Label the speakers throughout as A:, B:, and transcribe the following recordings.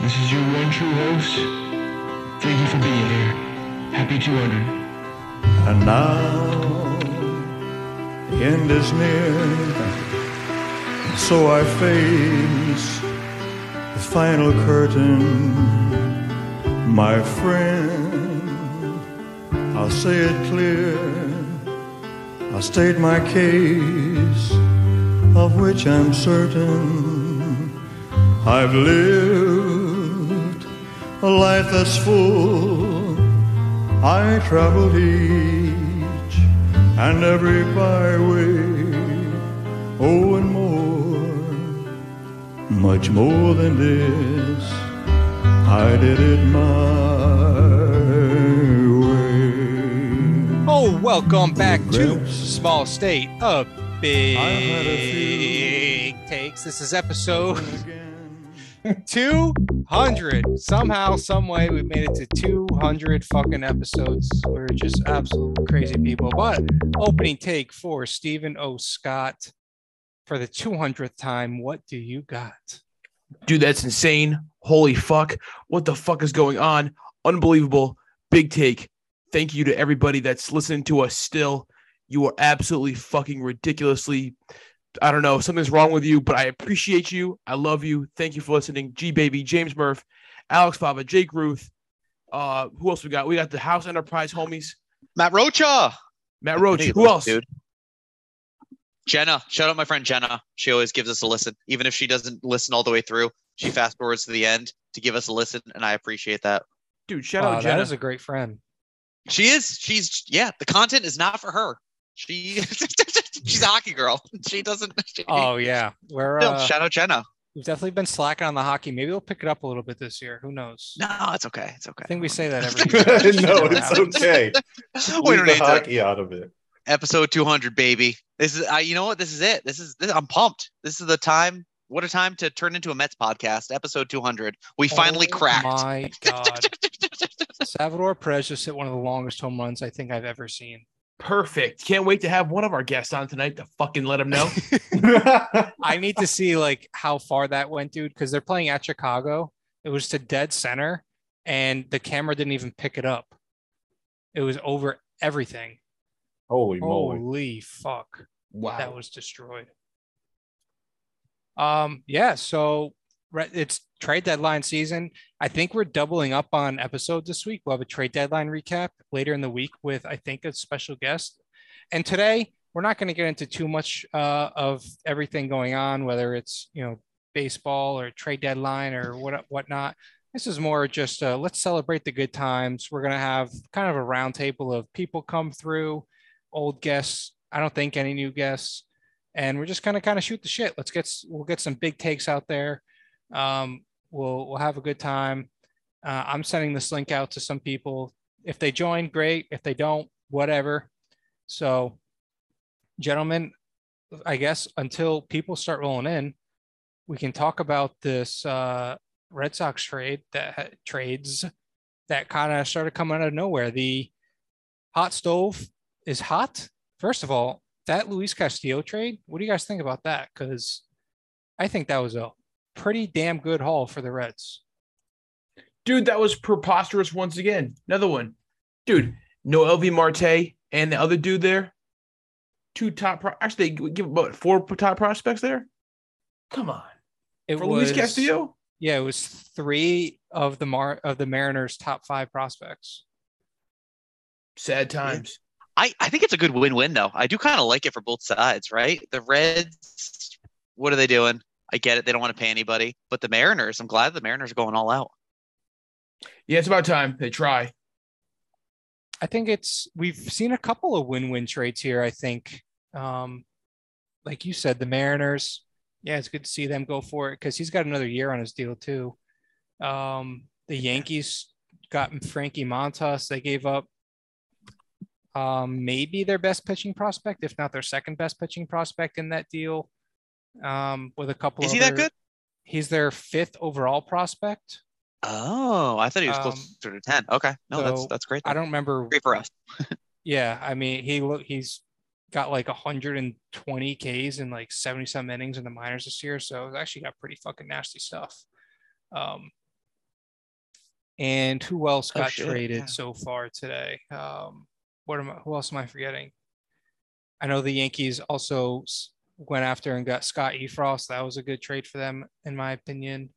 A: This is your one true host. Thank you for being here. Happy 200.
B: And now the end is near, so I face the final curtain. My friend, I'll say it clear. I state my case, of which I'm certain. I've lived a life that's full I traveled each and every byway, oh, and more, much more than this. I did it my way.
C: Oh, welcome back to
B: Regrets.
C: Small State of
B: had a
C: Big
B: few.
C: Takes. This is episode 200. Somehow, some way, we made it to 200 fucking episodes. We're just absolute crazy people. But opening take for Stephen O. Scott for the 200th time. What do you got?
D: dude, that's insane. Holy fuck. What the fuck is going on? Unbelievable. Big take. Thank you to everybody that's listening to us still. You are absolutely fucking ridiculously. I don't know. Something's wrong with you, but I appreciate you. I love you. Thank you for listening. G Baby, James Murph, Alex Fava, Jake Ruth. Uh, who else we got? We got the House Enterprise homies,
E: Matt Rocha.
D: Matt Roach.
E: Hey,
D: Who
E: look,
D: else?
E: Dude. Jenna. Shout out my friend Jenna. She always gives us a listen. Even if she doesn't listen all the way through, she fast forwards to the end to give us a listen. And I appreciate that.
D: Dude, shout
C: Wow,
D: out
C: that
D: Jenna.
C: is a great friend.
E: She is. She's, yeah, the content is not for her. She She's a hockey girl. She doesn't. She,
C: Oh, yeah. We're,
E: no,
C: uh,
E: shout out Jenna.
C: we've definitely been slacking on the hockey. Maybe we'll pick it up a little bit this year. Who knows?
E: No, it's okay. It's okay.
C: I think we say that every year.
F: no,
C: Never
F: it's
C: happens.
F: okay.
E: we don't
F: Leave the
E: need to.
F: hockey out of it.
E: Episode 200, baby. This is, I, you know what? This is it. This is, this, I'm pumped. This is the time. What a time to turn into a Mets podcast. Episode 200. We finally
C: Oh
E: cracked.
C: My God. Salvador Perez just hit one of the longest home runs I think I've ever seen.
D: Perfect. Can't wait to have one of our guests on tonight to fucking let them know.
C: I need to see like how far that went, dude, because they're playing at Chicago. It was to dead center, and the camera didn't even pick it up. It was over everything.
F: Holy moly.
C: Holy fuck.
D: wow.
C: That was destroyed. Um, yeah, so re- it's trade deadline season. I think we're doubling up on episode this week. We'll have a trade deadline recap later in the week with I think a special guest. And today we're not going to get into too much uh, of everything going on, whether it's you know baseball or trade deadline or what whatnot. This is more just uh, let's celebrate the good times. We're going to have kind of a roundtable of people come through, old guests. I don't think any new guests, and we're just going to kind of shoot the shit. Let's get s- we'll get some big takes out there. Um, we'll we'll have a good time. Uh, I'm sending this link out to some people. If they join, great. If they don't, whatever. So, gentlemen, I guess until people start rolling in, we can talk about this uh, Red Sox trade that ha- trades that kind of started coming out of nowhere. The hot stove is hot. First of all, that Luis Castillo trade. What do you guys think about that? Because I think that was a pretty damn good haul for the Reds.
D: Dude, that was preposterous once again. Another one. Dude, no LV Marte and the other dude there. Two top pro- actually they give about four top prospects there. Come on.
C: It
D: For
C: was
D: Luis Castillo?
C: Yeah, it was three of the Mar of the Mariners' top five prospects.
D: Sad times.
E: I, I think it's a good win-win though. I do kind of like it for both sides, right? The Reds, what are they doing? I get it. They don't want to pay anybody, but the Mariners, I'm glad the Mariners are going all out.
D: Yeah, it's about time they try.
C: I think it's we've seen a couple of win-win trades here. I think, um, like you said, the Mariners. Yeah, it's good to see them go for it because he's got another year on his deal too. Um, the Yankees got Frankie Montas. They gave up um, maybe their best pitching prospect, if not their second best pitching prospect in that deal. Um, with a couple.
E: Is he that
C: other-
E: good?
C: He's their fifth overall prospect.
E: Oh, I thought he was
C: Um,
E: closer to 10. Okay. No,
C: so
E: that's that's great.
C: I
E: then.
C: don't remember
E: great for us.
C: Yeah, I mean, he look he's got like 120 Ks and like 70 some innings in the minors this year, so it's actually got pretty fucking nasty stuff. Um, And who else
E: Oh,
C: got
E: shit,
C: traded
E: yeah.
C: so far today? Um, what am I, who else am I forgetting? I know the Yankees also s- went after and got Scott Efros. That was a good trade for them, in my opinion.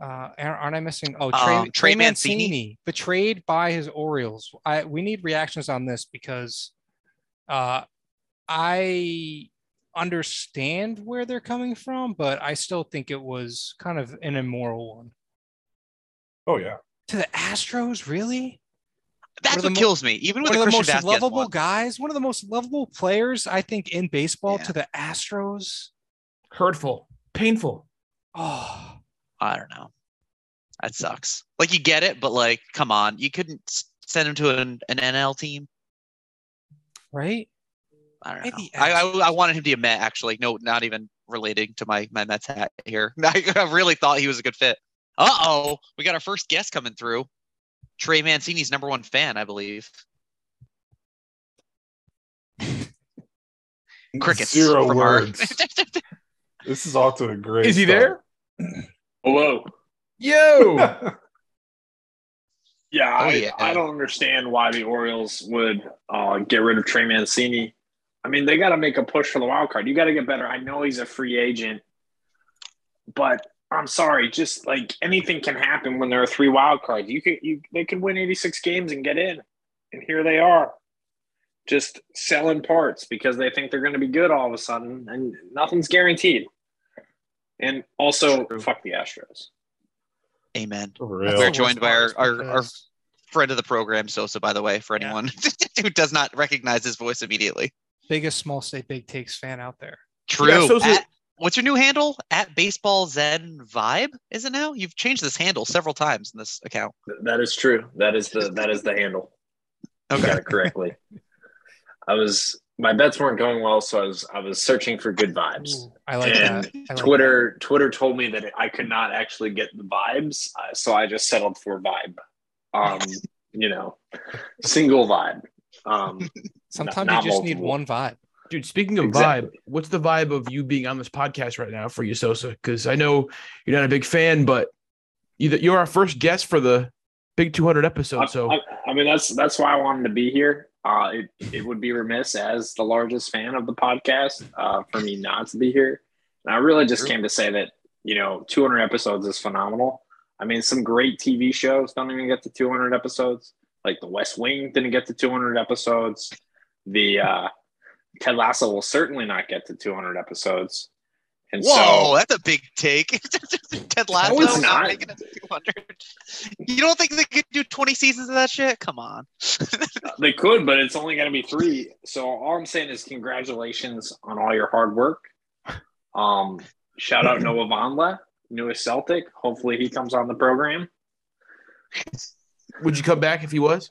C: Uh, aren't aren't I missing? Oh, Trey,
E: Um,
C: Trey
E: Trey
C: Mancini,
E: Mancini?
C: betrayed by his Orioles. I we need reactions on this because uh, I understand where they're coming from, but I still think it was kind of an immoral one.
F: Oh yeah.
C: To the Astros, really?
E: That's
C: of
E: what,
C: the mo-
E: kills me. Even with
C: one
E: the
C: of the
E: Christian
C: most
E: Vasquez
C: lovable
E: one.
C: guys, one of the most lovable players, I think, in baseball
E: Yeah.
C: to the Astros.
G: Hurtful, painful.
C: Oh,
E: I don't know. That sucks. Like you get it, but like, come on, you couldn't s- send him to an, an NL team.
C: right?
E: I don't know.
C: Maybe
E: I, I I wanted him to be a Met actually. No, not even relating to my my Mets hat here. I, I really thought he was a good fit. Uh oh, we got our first guest coming through. Trey Mancini's number one fan, I believe. Crickets.
F: Zero
E: from our-
F: words. this is off to a great.
G: Is he
F: start.
G: there?
H: Hello.
G: Yo.
H: Yeah,
E: Oh,
H: I,
E: yeah.
H: I don't understand why the Orioles would uh, get rid of Trey Mancini. I mean, they got to make a push for the wild card. You got to get better. I know he's a free agent, but I'm sorry, just like anything can happen when there are three wild cards. You could you they could win 86 games and get in, and here they are, just selling parts because they think they're going to be good all of a sudden, and nothing's guaranteed. And also,
E: True.
H: fuck the Astros.
E: Amen.
F: For real.
C: That's the
E: We're
C: worst
E: joined by
C: part
E: our-
C: is
E: our- our-
C: because-
E: Friend of the program, Sosa, by the way, for
C: Yeah.
E: anyone who does not recognize his voice immediately.
C: biggest small state big takes fan out there.
E: True.
D: Sosa-
E: At- what's your new handle? At baseball zen vibe, is it now? You've changed this handle several times in this account.
H: That is true. That is the that is the handle. You got it correctly. I was my bets weren't going well, so I was I was searching for good vibes.
C: Ooh, I like
H: and
C: that. I like
H: Twitter Twitter told me that I could not actually get the vibes, uh, so I just settled for vibe. Um, you know, single vibe. Um,
C: that. Sometimes
H: not
C: you just need
H: multiple.
C: one vibe.
D: Dude, speaking of
H: Exactly.
D: vibe, what's the vibe of you being on this podcast right now for you, Sosa? Because I know you're not a big fan, but you you're our first guest for the big 200 episode.
H: I,
D: so
H: I, I mean that's that's why I wanted to be here. Uh, it it would be remiss as the largest fan of the podcast uh, for me not to be here. And I really just came to say that you know 200 episodes is phenomenal. I mean, some great TV shows don't even get to 200 episodes. Like The West Wing didn't get to 200 episodes. The uh, Ted Lasso will certainly not get to 200 episodes. And
E: Whoa,
H: so
E: that's a big take. Ted Lasso
H: it's
E: not
H: not.
E: making it to 200. You don't think they could do 20 seasons of that shit? Come on.
H: they could, but it's only going to be three. So all I'm saying is congratulations on all your hard work. Um, shout out Noah Vonla, newest Celtic. Hopefully he comes on the program.
D: would you come back if he was?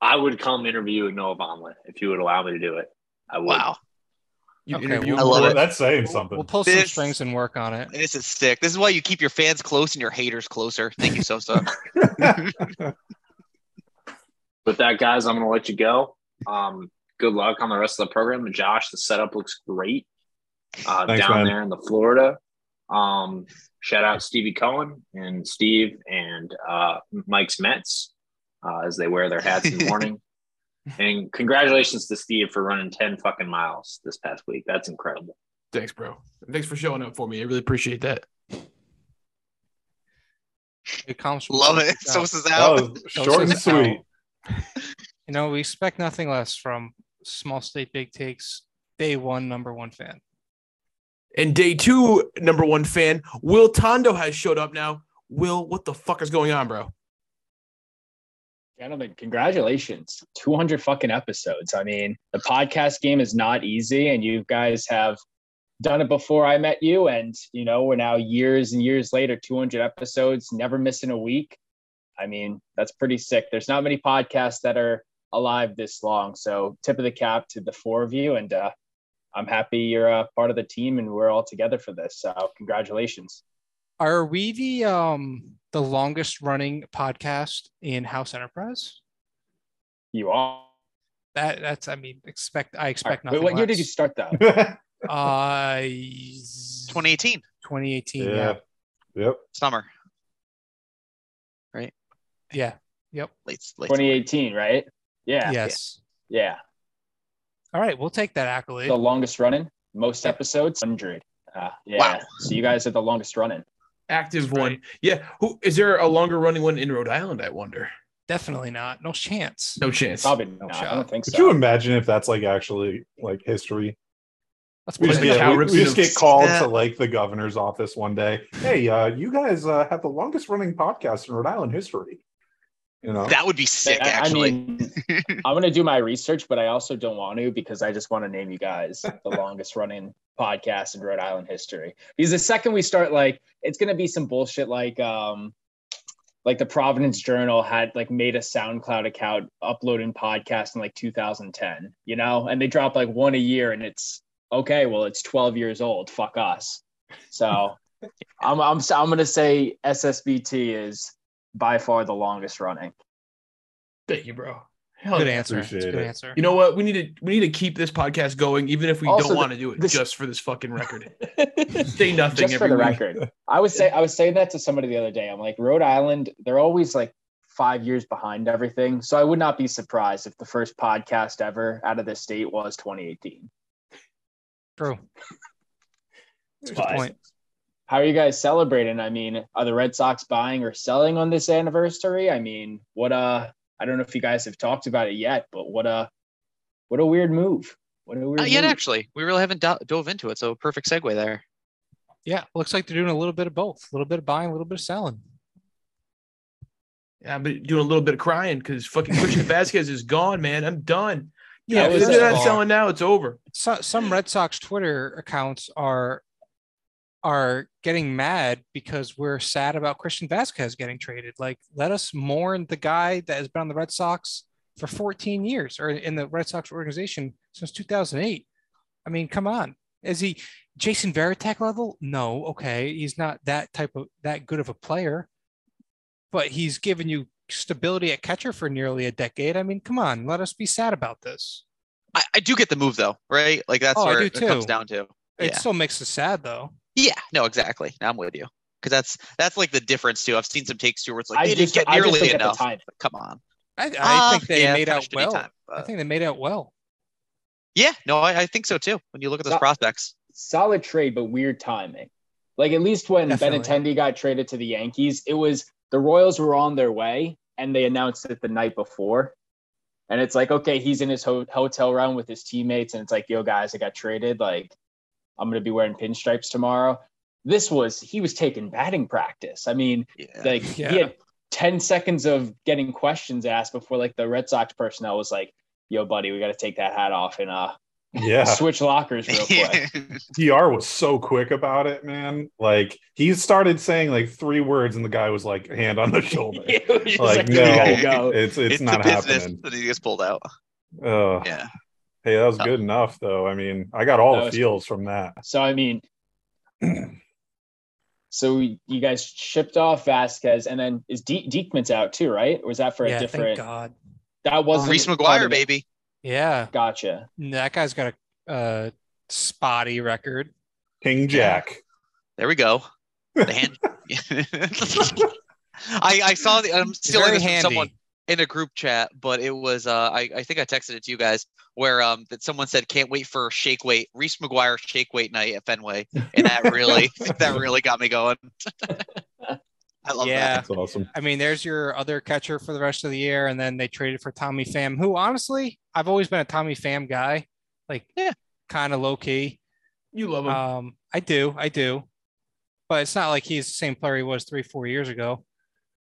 H: I would come interview Noah Vonla if you would allow me to do it. I would.
E: Wow.
D: You'd
C: Okay,
D: interview
E: I
D: him?
E: love
F: Well,
E: it.
F: that's saying
C: We'll,
F: something.
C: we'll pull some
E: This-
C: strings and work on it.
E: This is sick. This is why you keep your fans close and your haters closer. Thank you, Sosa.
H: With that, guys, I'm going to let you go. Um, good luck on the rest of the program. Josh, the setup looks great uh,
F: Thanks,
H: down
F: man.
H: there in the Florida. Um, shout out Stevie Cohen and Steve and uh, Mike's Mets uh, as they wear their hats in the morning. and congratulations to Steve for running 10 fucking miles this past week. That's incredible.
D: Thanks, bro. Thanks for showing up for me. I really appreciate that.
C: It comes from
E: Love
C: Sosa's
E: it.
C: out.
E: Sosa's out.
F: That was short and
C: Sosa's out.
F: sweet.
C: You know, we expect nothing less from small state big takes. Day one, number one fan.
D: And day two, number one fan, Will Tondo has showed up now. Will, what the fuck is going on, bro?
I: Gentlemen, congratulations. 200 fucking episodes. I mean, the podcast game is not easy, and you guys have done it before I met you. And, you know, we're now years and years later, 200 episodes, never missing a week. I mean, that's pretty sick. There's not many podcasts that are alive this long. So, tip of the cap to the four of you. And uh, I'm happy you're uh, part of the team and we're all together for this. So, congratulations.
C: Are we the um the longest running podcast in House Enterprise?
I: You all.
C: That that's I mean expect I expect
I: Wait,
C: nothing.
I: what year
C: less.
I: did you start, though?
C: Uh,
E: 2018
C: 2018. Yeah.
F: yeah. Yep.
E: summer. right?
C: Yeah. Yep.
E: Late, late
I: 2018, right? Yeah.
C: Yes.
I: Yeah.
C: All right. We'll take that accolade.
I: The longest running, most episodes, 100. Uh, yeah.
E: Wow.
I: So you guys are the longest running.
D: Active
C: That's
D: one.
C: right.
D: Yeah. Who is there a longer running one in Rhode Island? I wonder.
C: Definitely not. No chance.
D: No chance.
I: Probably not. I
C: shot.
I: don't think
F: Could you
I: so.
F: imagine if that's like actually like history?
C: Let's
F: We
D: What
F: just,
D: is it,
F: get,
D: cow
F: we, we
D: rips you
F: just
D: to-
F: get called
E: Yeah.
F: to like the governor's office one day. Hey, uh, you guys uh, have the longest running podcast in Rhode Island history. You know,
E: That would be sick,
I: I- I
E: actually.
I: mean, I'm going to do my research, but I also don't want to because I just want to name you guys the longest running podcast in Rhode Island history. Because the second we start, like, it's going to be some bullshit like, um, like the Providence Journal had like made a SoundCloud account uploading podcast in like 2010, you know, and they drop like one a year, and it's okay. Well, it's 12 years old. Fuck us. So, I'm I'm I'm gonna say SSBT is by far the longest running.
D: Thank you, bro. Hell
C: Good
D: yeah.
C: answer. It's a
F: Appreciate
C: Good
F: it.
C: answer.
D: You know what? We need to we need to keep this podcast going, even if we
I: Also,
D: don't
I: the-
D: want to do it,
I: this-
D: just for this fucking record. Say nothing.
I: Just for the
D: every week.
I: record, I was say I was saying that to somebody the other day. I'm like Rhode Island, they're always like five years behind everything. So I would not be surprised if the first podcast ever out of this state was 2018.
C: True.
F: Good
C: Good point.
I: How are you guys celebrating? I mean, are the Red Sox buying or selling on this anniversary? I mean, what uh I don't know if you guys have talked about it yet, but what a what a weird move. What a weird
E: Not Uh, yet,
I: move.
E: actually. We really haven't do- dove into it, so perfect segue there.
C: Yeah. Looks like they're doing a little bit of both. A little bit of buying, a little bit of selling.
D: Yeah, I've been doing a little bit of crying because fucking Christian Vasquez is gone, man. I'm done.
I: Yeah,
D: Yeah,
I: it
D: if
I: was
D: they're
I: just
D: not
I: gone.
D: selling now, it's over.
C: so, some Red Sox Twitter accounts are are getting mad because we're sad about Christian Vasquez getting traded. Like, let us mourn the guy that has been on the Red Sox for 14 years or in the Red Sox organization since 2008. I mean, come on. Is he Jason Veritek level? No, okay. He's not that type of that good of a player, but he's given you stability at catcher for nearly a decade. I mean, come on, let us be sad about this.
E: I, I do get the move though, right? Like that's
C: Oh, I
E: where
C: do
E: it comes
C: too.
E: down to.
C: It
E: Yeah.
C: still makes us sad though.
E: Yeah, no, exactly. I'm with you because that's that's like the difference too. I've seen some takes too where it's like they didn't get
I: I
E: nearly
I: look at the
E: enough.
I: timing.
E: Like, come on,
C: I, I
E: Uh,
C: think they
E: yeah,
C: made out
E: punished
C: well.
E: anytime,
C: I
E: but-
C: think they made out well.
E: yeah, no, I, I think so too. When you look at those
I: So-
E: prospects,
I: solid trade, but weird timing. Like at least when
C: Definitely.
I: Benintendi got traded to the Yankees, it was the Royals were on their way and they announced it the night before. And it's like, okay, he's in his ho- hotel room with his teammates, and it's like, yo, guys, I got traded. Like, I'm gonna be wearing pinstripes tomorrow. This was he was taking batting practice. I mean,
E: yeah,
I: like
C: Yeah.
I: he had 10 seconds of getting questions asked before like the Red Sox personnel was like, yo, buddy, we gotta take that hat off and uh
F: Yeah.
I: switch lockers real quick.
F: DR was so quick about it, man. Like he started saying like three words, and the guy was like hand on the shoulder.
I: It was just
F: Like,
I: "You gotta
F: no.
I: go.
F: It's it's,
E: the
F: not
E: business
F: happening.
E: that he gets pulled out.
F: Ugh.
E: Yeah,
F: Hey, that was
E: Oh.
F: good enough though. I mean, I got all
I: That
F: the
I: was-
F: feels from that.
I: So I mean, so you guys shipped off Vasquez, and then is De- Diekman's out too, right? Or was that for
C: yeah,
I: a
C: thank
I: different?
C: God.
I: That wasn't
E: Reese
I: part of
E: McGuire,
I: it.
E: baby.
C: Yeah,
I: Gotcha.
C: that guy's got a uh, spotty record.
F: King Jack.
E: There we go. The hand. I, I saw the. I'm
C: He's
E: stealing
C: very
E: this from
C: handy.
E: someone in a group chat, but it was. Uh, I I think I texted it to you guys where um that someone said can't wait for shake weight Reese McGuire shake weight night at Fenway, and that really that really got me going. I love
C: Yeah.
E: that.
F: That's awesome.
C: I mean, there's your other catcher for the rest of the year, and then they traded for Tommy Pham, who honestly, I've always been a Tommy Pham guy, like
E: Yeah.
C: kind of low key.
D: You love him.
C: Um, I do, I do, but it's not like he's the same player he was three, four years ago.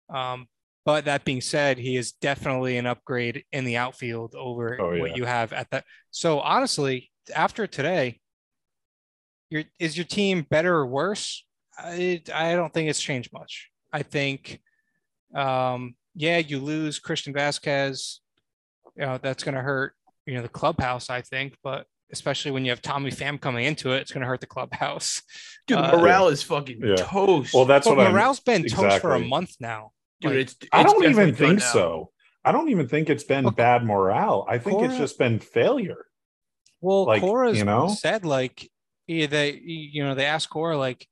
C: Um, but that being said, he is definitely an upgrade in the outfield over
F: Oh, yeah.
C: what you have at that. So honestly, after today, your is your team better or worse? I, I don't think it's changed much. I think, um, yeah, you lose Christian Vasquez. You know that's going to hurt. You know the clubhouse, I think, but especially when you have Tommy Pham coming into it, it's going to hurt the clubhouse.
D: Dude,
C: uh,
D: morale is fucking
F: Yeah.
D: toast.
F: Well, that's
C: But
F: what I'm
C: morale's been toast for a
F: exactly.
C: month now.
D: Dude,
C: like-
D: it's, it's
F: I don't
D: definitely
F: even
D: done
F: think
D: now.
F: so. I don't even think it's been
C: Okay.
F: bad morale. I think
C: Cora-
F: it's just been failure.
C: Well,
F: Like,
C: Cora's
F: you know?
C: said like yeah, they you know they asked Cora like,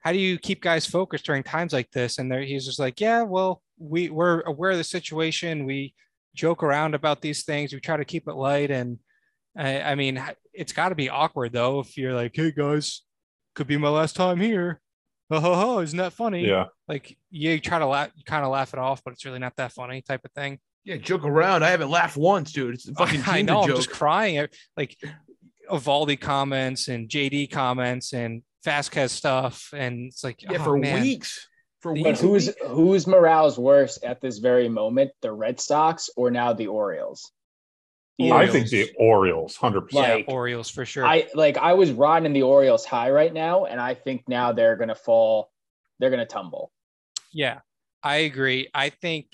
C: how do you keep guys focused during times like this? And there he's just like, yeah, well, we we're aware of the situation. We joke around about these things. We try to keep it light, and I, I mean, it's got to be awkward though if you're like, "Hey guys, could be my last time here." Ho ho ho! Isn't that funny?
F: Yeah.
C: Like you try to laugh, you kind of laugh it off, but it's really not that funny, type of thing.
D: Yeah, joke around. I haven't laughed once, dude. It's a fucking
C: I
D: Tinder
C: know. I'm
D: joke.
C: just crying. I- Like Evaldi comments and JD comments and Vasquez stuff, and it's like,
D: yeah,
C: oh,
D: for
C: man.
D: weeks. For
C: But
D: weeks.
I: But
D: and
I: who's
D: weeks.
I: who's morale's worse at this very moment? The Red Sox or now the Orioles?
F: I think the Orioles, hundred percent.
C: Yeah,
I: like,
C: Orioles for sure.
I: I like I was riding the Orioles high right now, and I think now they're gonna fall, they're gonna tumble.
C: Yeah, I agree. I think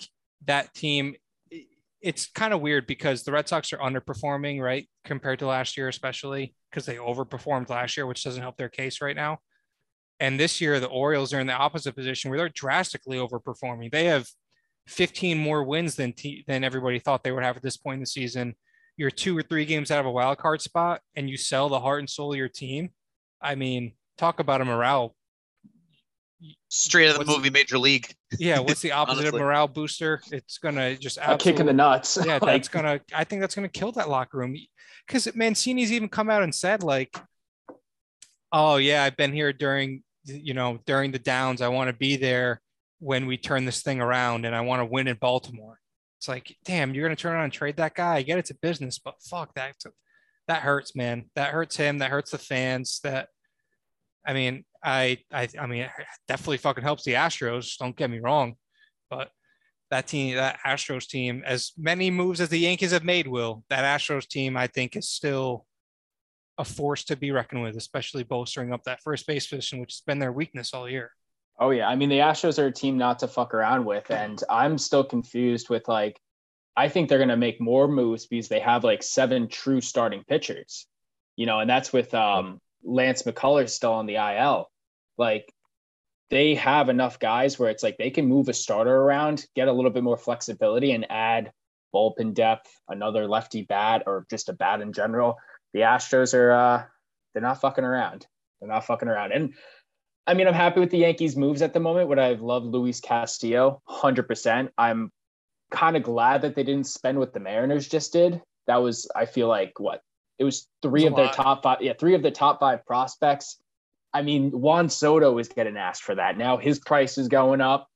C: that team, i- it's kind of weird because the Red Sox are underperforming, right? Compared to last year, especially because they overperformed last year, which doesn't help their case right now. And this year, the Orioles are in the opposite position where they're drastically overperforming. They have 15 more wins than, te- than everybody thought they would have at this point in the season. You're two or three games out of a wild card spot and you sell the heart and soul of your team. I mean, talk about a morale
E: Straight out of the
C: What's-
E: movie Major League.
C: yeah, what's the opposite of
E: Honestly.
C: morale booster? It's gonna just
I: A kick in the
C: absolute-
I: nuts.
C: yeah,
I: Like,
C: that's gonna. I think that's gonna kill that locker room because Mancini's even come out and said like, "Oh yeah, I've been here during you know during the downs. I want to be there when we turn this thing around, and I want to win in Baltimore." It's like, damn, you're gonna turn around and trade that guy. I get it's a business, but fuck that. That hurts, man. That hurts him. That hurts the fans. That, I mean, I, I, I mean, it definitely fucking helps the Astros. Don't get me wrong, but that team, that Astros team, as many moves as the Yankees have made, will that Astros team, I think, is still a force to be reckoned with, especially bolstering up that first base position, which has been their weakness all year.
I: Oh yeah, I mean the Astros are a team not to fuck around with, and I'm still confused with like, I think they're gonna make more moves because they have like seven true starting pitchers, you know, and that's with um, Lance McCullers still on the IL. Like, they have enough guys where it's like they can move a starter around, get a little bit more flexibility, and add bullpen depth, another lefty bat, or just a bat in general. The Astros are uh, they're not fucking around. They're not fucking around, and I mean, I'm happy with the Yankees' moves at the moment. Would I have loved Luis Castillo? 100%. I'm kind of glad that they didn't spend what the Mariners just did. That was, I feel like, what? It was three
C: It's a
I: of their
C: lot.
I: top five. Yeah, three of the top five prospects. I mean, Juan Soto is getting asked for that. Now his price is going up.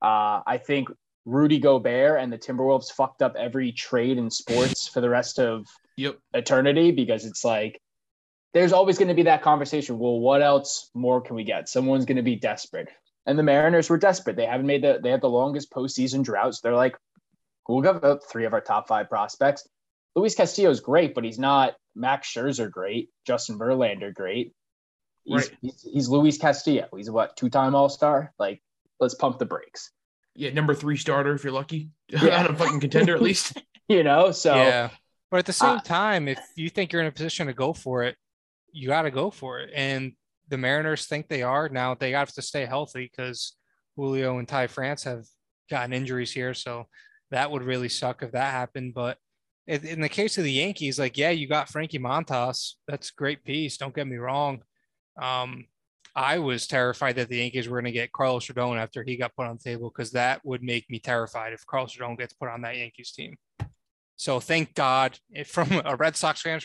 I: Uh, I think Rudy Gobert and the Timberwolves fucked up every trade in sports for the rest of
D: Yep.
I: eternity because it's like there's always going to be that conversation. Well, what else more can we get? Someone's going to be desperate, and the Mariners were desperate. They haven't made the they have the longest postseason droughts. They're like, we'll give up three of our top five prospects. Luis Castillo is great, but he's not Max Scherzer great, Justin Verlander great. He's,
D: Right.
I: he's, he's Luis Castillo. He's what two time All Star. Like, let's pump the brakes.
D: Yeah, number three starter if you're lucky.
I: Yeah.
D: Not a fucking contender, at least.
I: You know, so
C: yeah. But at the same
I: Uh,
C: time, if you think you're in a position to go for it, you got to go for it. And the Mariners think they are. Now they have to stay healthy because Julio and Ty France have gotten injuries here. So that would really suck if that happened. But in, in the case of the Yankees, like, yeah, you got Frankie Montas. That's a great piece. Don't get me wrong. Um, I was terrified that the Yankees were going to get Carlos Rodon after he got put on the table because that would make me terrified if Carlos Rodon gets put on that Yankees team. So thank God, if- from a Red Sox fan's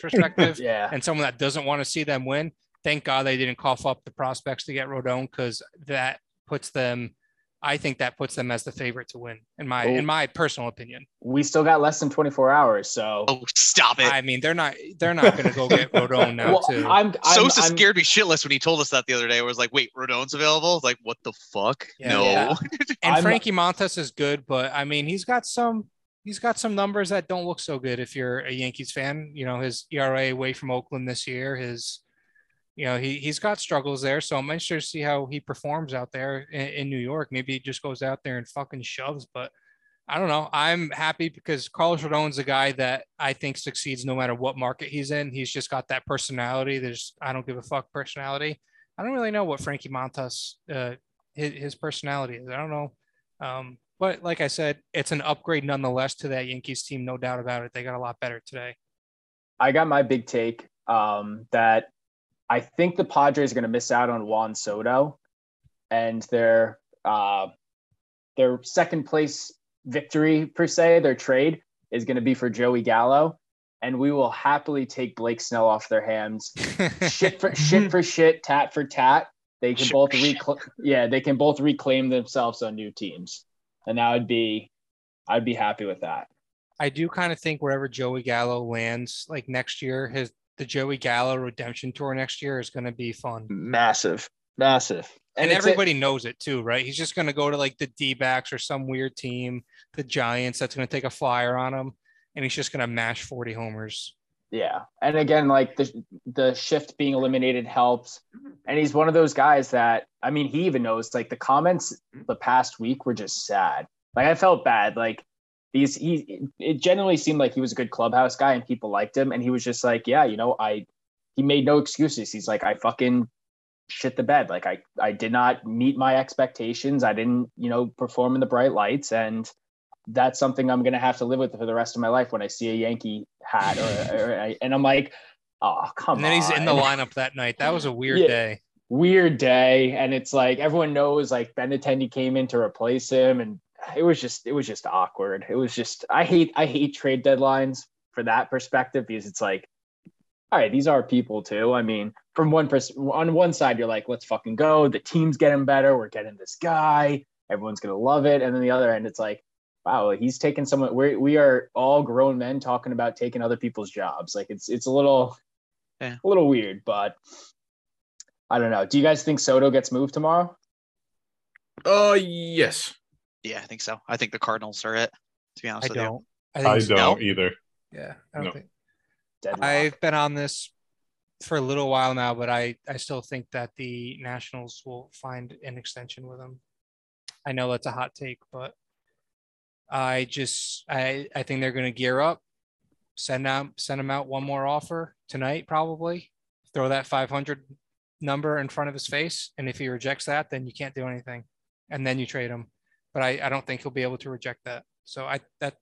C: perspective,
I: yeah,
C: and someone that doesn't want to see them win, thank God they didn't cough up the prospects to get Rodon because that puts them. I think that puts them as the favorite to win, in my in
I: Oh.
C: my personal opinion.
I: we still got less than 24 hours. So
E: Oh, stop it.
C: I mean, they're not they're not going to go get Rodon now
I: Well,
C: too.
I: I'm, I'm
E: Sosa
I: I'm-
E: scared me shitless when he told us that the other day. Where it was like, wait, Rodon's available? It's like, what the fuck?
C: Yeah.
E: no.
I: Yeah.
C: and
I: I'm-
C: Frankie Montes is good, but I mean, he's got some he's got some numbers that don't look so good if you're a Yankees fan. You know, his ERA away from Oakland this year, his you know, he he's got struggles there. So I'm interested to see how he performs out there in, in New York. Maybe he just goes out there and fucking shoves, but I don't know. I'm happy because Carlos Rodon's a guy that I think succeeds no matter what market he's in. He's just got that personality. There's I don't give a fuck personality. I don't really know what Frankie Montas uh, his, his personality is. I don't know. Um, but like I said, it's an upgrade nonetheless to that Yankees team, no doubt about it. They got a lot better today.
I: I got my big take um, that I think the Padres are going to miss out on Juan Soto, and they're uh, their second place victory per se, their trade is going to be for Joey Gallo, and we will happily take Blake Snell off their hands. shit for shit for shit, tat for tat. They can
E: Shit
I: both
E: for shit.
I: reclaim. Yeah, they can both reclaim themselves on new teams, and that would be, I'd be happy with that.
C: I do kind of think wherever Joey Gallo lands, like next year, his the Joey Gallo redemption tour next year is going to be fun.
I: Massive, massive,
C: And,
I: it's a-
C: everybody knows it too, right? He's just going to go to like the D backs or some weird team, the Giants that's going to take a flyer on him, and he's just going to mash 40 homers.
I: Yeah, and again, like the the shift being eliminated helps, and he's one of those guys that I mean, he even knows. Like the comments the past week were just sad. Like I felt bad. Like these, he it generally seemed like he was a good clubhouse guy and people liked him, and he was just like, yeah, you know, I he made no excuses. He's like, I fucking shit the bed. Like I I did not meet my expectations. I didn't you know perform in the bright lights, and that's something I'm gonna have to live with for the rest of my life when I see a Yankee hat or, or I, and I'm like, oh come
C: and then he's in the
I: on."
C: lineup that night. That was a weird
I: Yeah.
C: day.
I: Weird day, and it's like everyone knows like Ben Benatendi came in to replace him, and it was just it was just awkward. It was just I hate I hate trade deadlines for that perspective because it's like, all right, these are people too. I mean, from one pers- on one side you're like, let's fucking go. The team's getting better. We're getting this guy. Everyone's gonna love it. And then the other end, it's like, wow, he's taking someone. We we are all grown men talking about taking other people's jobs. Like it's it's a little,
E: Yeah.
I: a little weird, but I don't know. Do you guys think Soto gets moved tomorrow?
G: Uh, yes.
E: Yeah, I think so. I think the Cardinals are it. To be honest
C: I
E: with you,
C: don't. I think
F: I
C: it's-
F: don't
E: No.
F: either.
C: Yeah, I don't
F: No.
C: think.
I: Deadlock.
C: I've been on this for a little while now, but I, I still think that the Nationals will find an extension with him. I know that's a hot take, but I just I, I think they're gonna gear up, send out send him out one more offer tonight, probably, throw that five hundred number in front of his face. And if he rejects that, then you can't do anything. And then you trade him. But I, I don't think he'll be able to reject that. So I that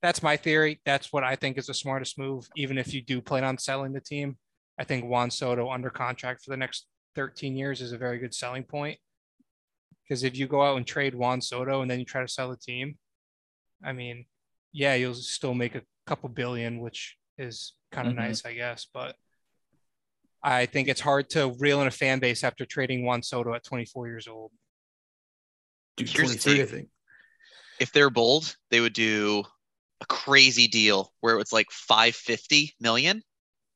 C: that's my theory. That's what I think is the smartest move. Even if you do plan on selling the team, I think Juan Soto under contract for the next 13 years is a very good selling point. Because if you go out and trade Juan Soto and then you try to sell the team, I mean, yeah, you'll still make a couple billion, which is kind of
H: Mm-hmm.
I: Mhm.
C: nice, I guess. But I think it's hard to reel in a fan base after trading Juan Soto at 24 years old.
D: Dude,
E: Here's the
D: 23, I
E: thing.
D: think.
E: if they're bold, they would do a crazy deal where it was like 550 million,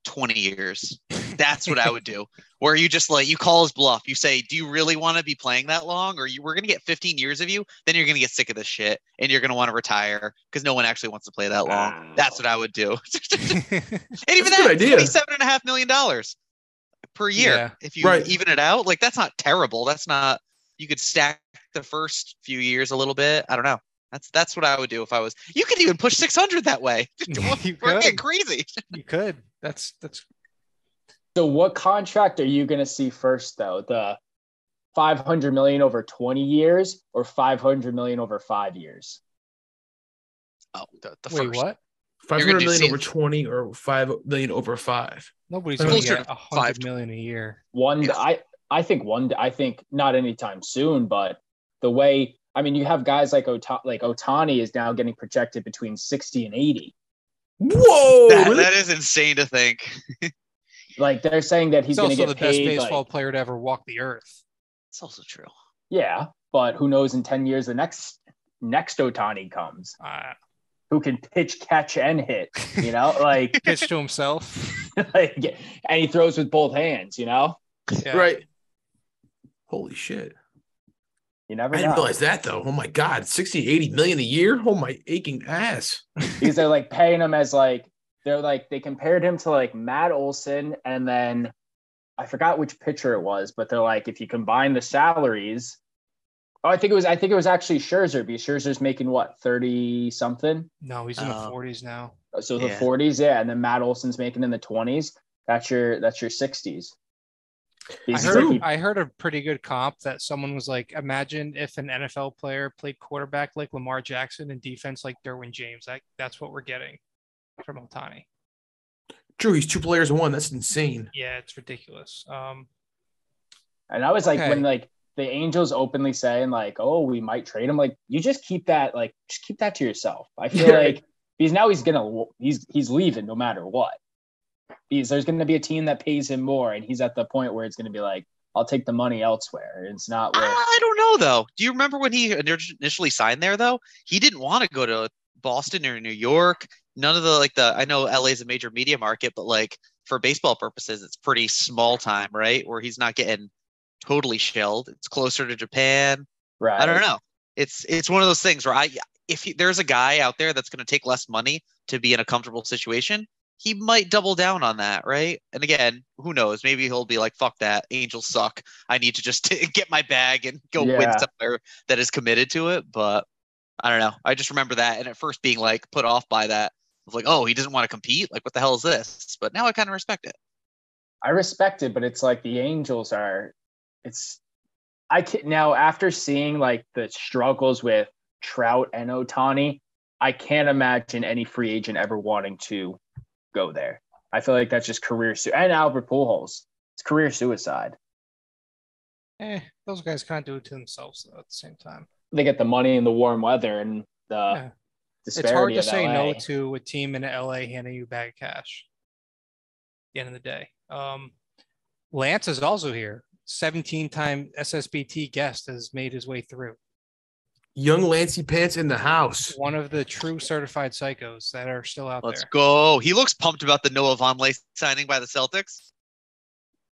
E: 20 years. That's what I would do. Where you just like you call his bluff. You say, "Do you really want to be playing that long or you we're going to get 15 years of you? Then you're going to get sick of this shit and you're going to want to retire because no one actually wants to play that long." That's what I would do. and
D: That's
E: even
D: a
E: that,
D: good idea.
E: twenty-seven and a half million dollars per year.
C: Yeah.
E: If you
D: Right.
E: even it out, like that's not terrible. That's not. You could stack the first few years a little bit. I don't know. That's that's what I would do if I was. You could even push six hundred that way.
C: You
E: We're getting
C: could.
E: crazy.
C: You could. That's that's
I: So what contract are you going to see first though? The 500 million over 20 years or 500 million over 5 years?
E: Oh, the, the
C: wait,
E: first.
C: what?
E: gonna
G: Five hundred
E: do
G: million
E: scenes.
G: over twenty, or five million over five.
C: Nobody's
G: It's
C: going to
E: closer
C: get
E: to
C: a
E: five
C: hundred
E: to-
C: million a year.
I: One
E: Yes.
I: I I think one I think not anytime soon, but the way I mean you have guys like Ota- like Otani is now getting projected between 60 and 80.
D: Whoa!
E: That-
D: really?
E: that is insane to think.
I: Like they're saying that he's
C: He's
I: going to
C: also
I: get
C: the best
I: paid like-
C: baseball player to ever walk the earth.
E: It's also true.
I: Yeah, but who knows in 10 years the next next Otani comes
C: Uh,
I: who can pitch, catch and hit, you know? like
C: pitch to himself.
I: like and he throws with both hands, you know?
C: Yeah.
D: Right. Holy shit.
I: You never
D: I
I: know.
D: didn't realize that though. Oh my god, 60, 80 million a year? Oh my aching ass.
I: because they're like paying him as like they're like they compared him to like Matt Olson and then I forgot which pitcher it was, but they're like if you combine the salaries, oh I think it was I think it was actually Scherzer because Scherzer's making what thirty something,
C: No, he's in the
I: Um,
E: Oh.
C: 40s now.
I: so the
E: Yeah.
I: forties, yeah, and then Matt Olson's making in the twenties. That's your that's your sixties.
C: I
I: Because
C: heard,
I: like
C: I heard a pretty good comp that someone was like, imagine if an NFL player played quarterback like Lamar Jackson and defense like Derwin James. That, that's what we're getting from Otani.
D: Drew, he's two players in one. That's insane.
C: Yeah, it's ridiculous. Um,
I: And I was like,
C: Okay.
I: when like the Angels openly saying like, "Oh, we might trade him," like you just keep that like just keep that to yourself. I feel
G: Yeah.
I: like because now he's gonna he's he's leaving no matter what. Because there's gonna be a team that pays him more, and he's at the point where it's gonna be like, "I'll take the money elsewhere." It's not worth.
E: Uh, I don't know though. Do you remember when he init- initially signed there though? He didn't want to go to Boston or New York. None of the like the I know LA is a major media market, but like for baseball purposes, it's pretty small time, right? Where he's not getting totally shelled. It's closer to Japan.
I: Right.
E: I don't know. It's it's one of those things where I if he, there's a guy out there that's going to take less money to be in a comfortable situation, he might double down on that, right? And again, who knows? Maybe he'll be like, "Fuck that, Angels suck. I need to just get my bag and go win
I: Yeah.
E: somewhere that is committed to it." But I don't know. I just remember that, and at first being like put off by that. I was like, "Oh, he doesn't want to compete. Like, what the hell is this?" But now I kind of respect it.
I: I respect it, but it's like the Angels are. It's I can now after seeing like the struggles with Trout and Otani, I can't imagine any free agent ever wanting to go there. I feel like that's just career su- and Albert Pujols. It's career suicide.
C: Eh, those guys kind of do it to themselves though, at the same time.
I: They get the money and the warm weather and the
C: Yeah. It's hard
I: disparity
C: to say
I: of LA.
C: no to a team in LA handing you a bag of cash. At the end of the day, um, Lance is also here. 17-time SSBT guest has made his way through.
D: Young Lancey Pants in the house.
C: One of the true certified psychos that are still out
E: Let's
C: there.
E: go. He looks pumped about the Noah Vonleh signing by the Celtics.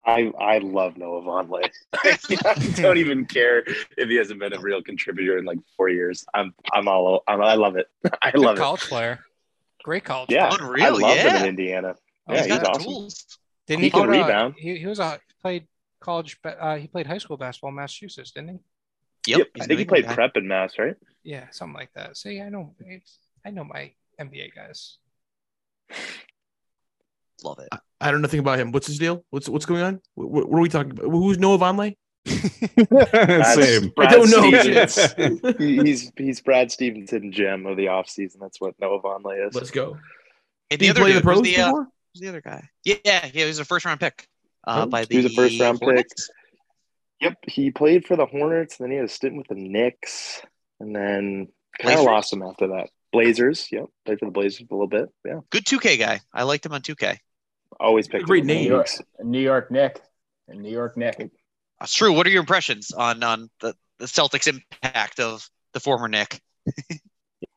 B: I I love Noah Vonleh. I don't even care if he hasn't been a real contributor in like four years. I'm I'm all I'm, I love it. I
C: Good
B: love it.
C: college player. Great college.
B: Yeah,
E: Unreal,
B: I love him
E: yeah.
B: in Indiana.
C: Oh,
B: Yeah,
E: he's got
B: he's awesome.
E: tools.
C: Didn't
B: He
C: he, go
B: can
C: to,
E: uh,
B: rebound.
C: He, he was a he played college. ba- Uh, he played high school basketball in Massachusetts, didn't
E: Yep.
B: Yep,
E: he's
B: I
E: New
B: think he
E: England
B: played
E: guy.
B: prep in Mass, right?
C: he? Yeah, something like that. See, I know. it's- I know my NBA guys.
E: Love it.
D: I don't know nothing about him. What's his deal? What's what's going on? What, what are we talking about? Who's Noah Vonleh?
B: That's
F: Same.
B: Brad
D: I don't know.
B: Stevens.
D: shit.
B: He- he's he's Brad Stevenson gem of the offseason. That's what Noah Vonleh is.
G: Let's go.
E: And
D: Did he
E: the other
D: play
E: dude,
D: the pros
E: who's the, uh,
D: before?
E: who's the other guy? Yeah, yeah, he was a first round pick. Uh,
B: Hmm,
E: by the
B: he was a first round pick.
E: Hornets?
B: Yep, he played for the Hornets, and then he had a stint with the Knicks, and then kind of
E: Blazers?
B: lost him after that. Blazers, yep, played for the Blazers for a little bit. Yeah,
E: Good 2K guy. I liked him on 2K.
B: always picked
D: Great
B: him in the
I: New
D: name.
I: York,
B: leagues.
I: New York Nick, and New York Nick.
E: That's true. What are your impressions on on the, the Celtics impact of the former Nick?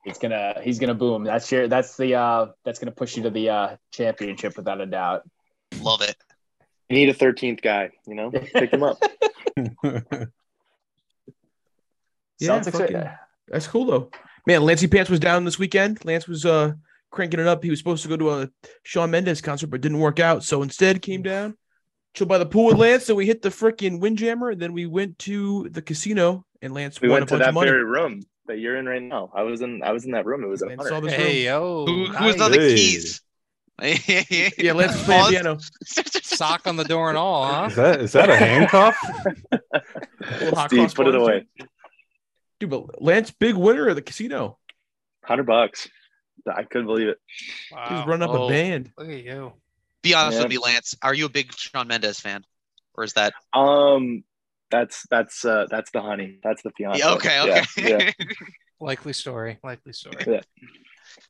I: It's gonna he's gonna boom. That's your that's the uh that's gonna push you to the uh championship without a doubt.
E: Love it.
B: You need a thirteenth guy, you know, pick him up.
D: Yeah,
I: Celtics
D: fucking-
I: are,
D: That's cool though. Man, Lancey Pants was down this weekend. Lance was uh cranking it up. He was supposed to go to a Shawn Mendes concert, but didn't work out. So instead came down, chilled by the pool with Lance. So we hit the freaking windjammer, and then we went to the casino and Lance
B: We
D: won
B: went
D: a
B: to
D: bunch
B: that
D: of money.
B: very room that you're in right now. I was in I was in that room. It was a
D: And saw
B: hundred.
D: this
C: Hey
D: room.
C: yo,
E: Who, who
C: nice.
E: was on the
F: Hey.
E: keys?
D: Yeah, Lance was playing
E: Pause.
D: piano.
C: sock on the door and all, huh?
F: Is that is that a handcuff?
D: Little hot
B: Steve,
D: cross
B: put it
D: buns,
B: away.
D: Dude, but Lance, big winner of the casino.
B: Hundred bucks. I couldn't believe it.
D: He was
C: Wow.
D: running up
E: Oh.
D: a band.
C: Look at you.
E: Be honest
B: Yeah.
E: with me, Lance. Are you a big Sean Mendez fan? Or is that
B: Um, that's that's uh that's the honey. That's the fiance.
E: yeah, okay, okay.
B: Uh, Yeah, yeah.
C: Likely story. Likely story.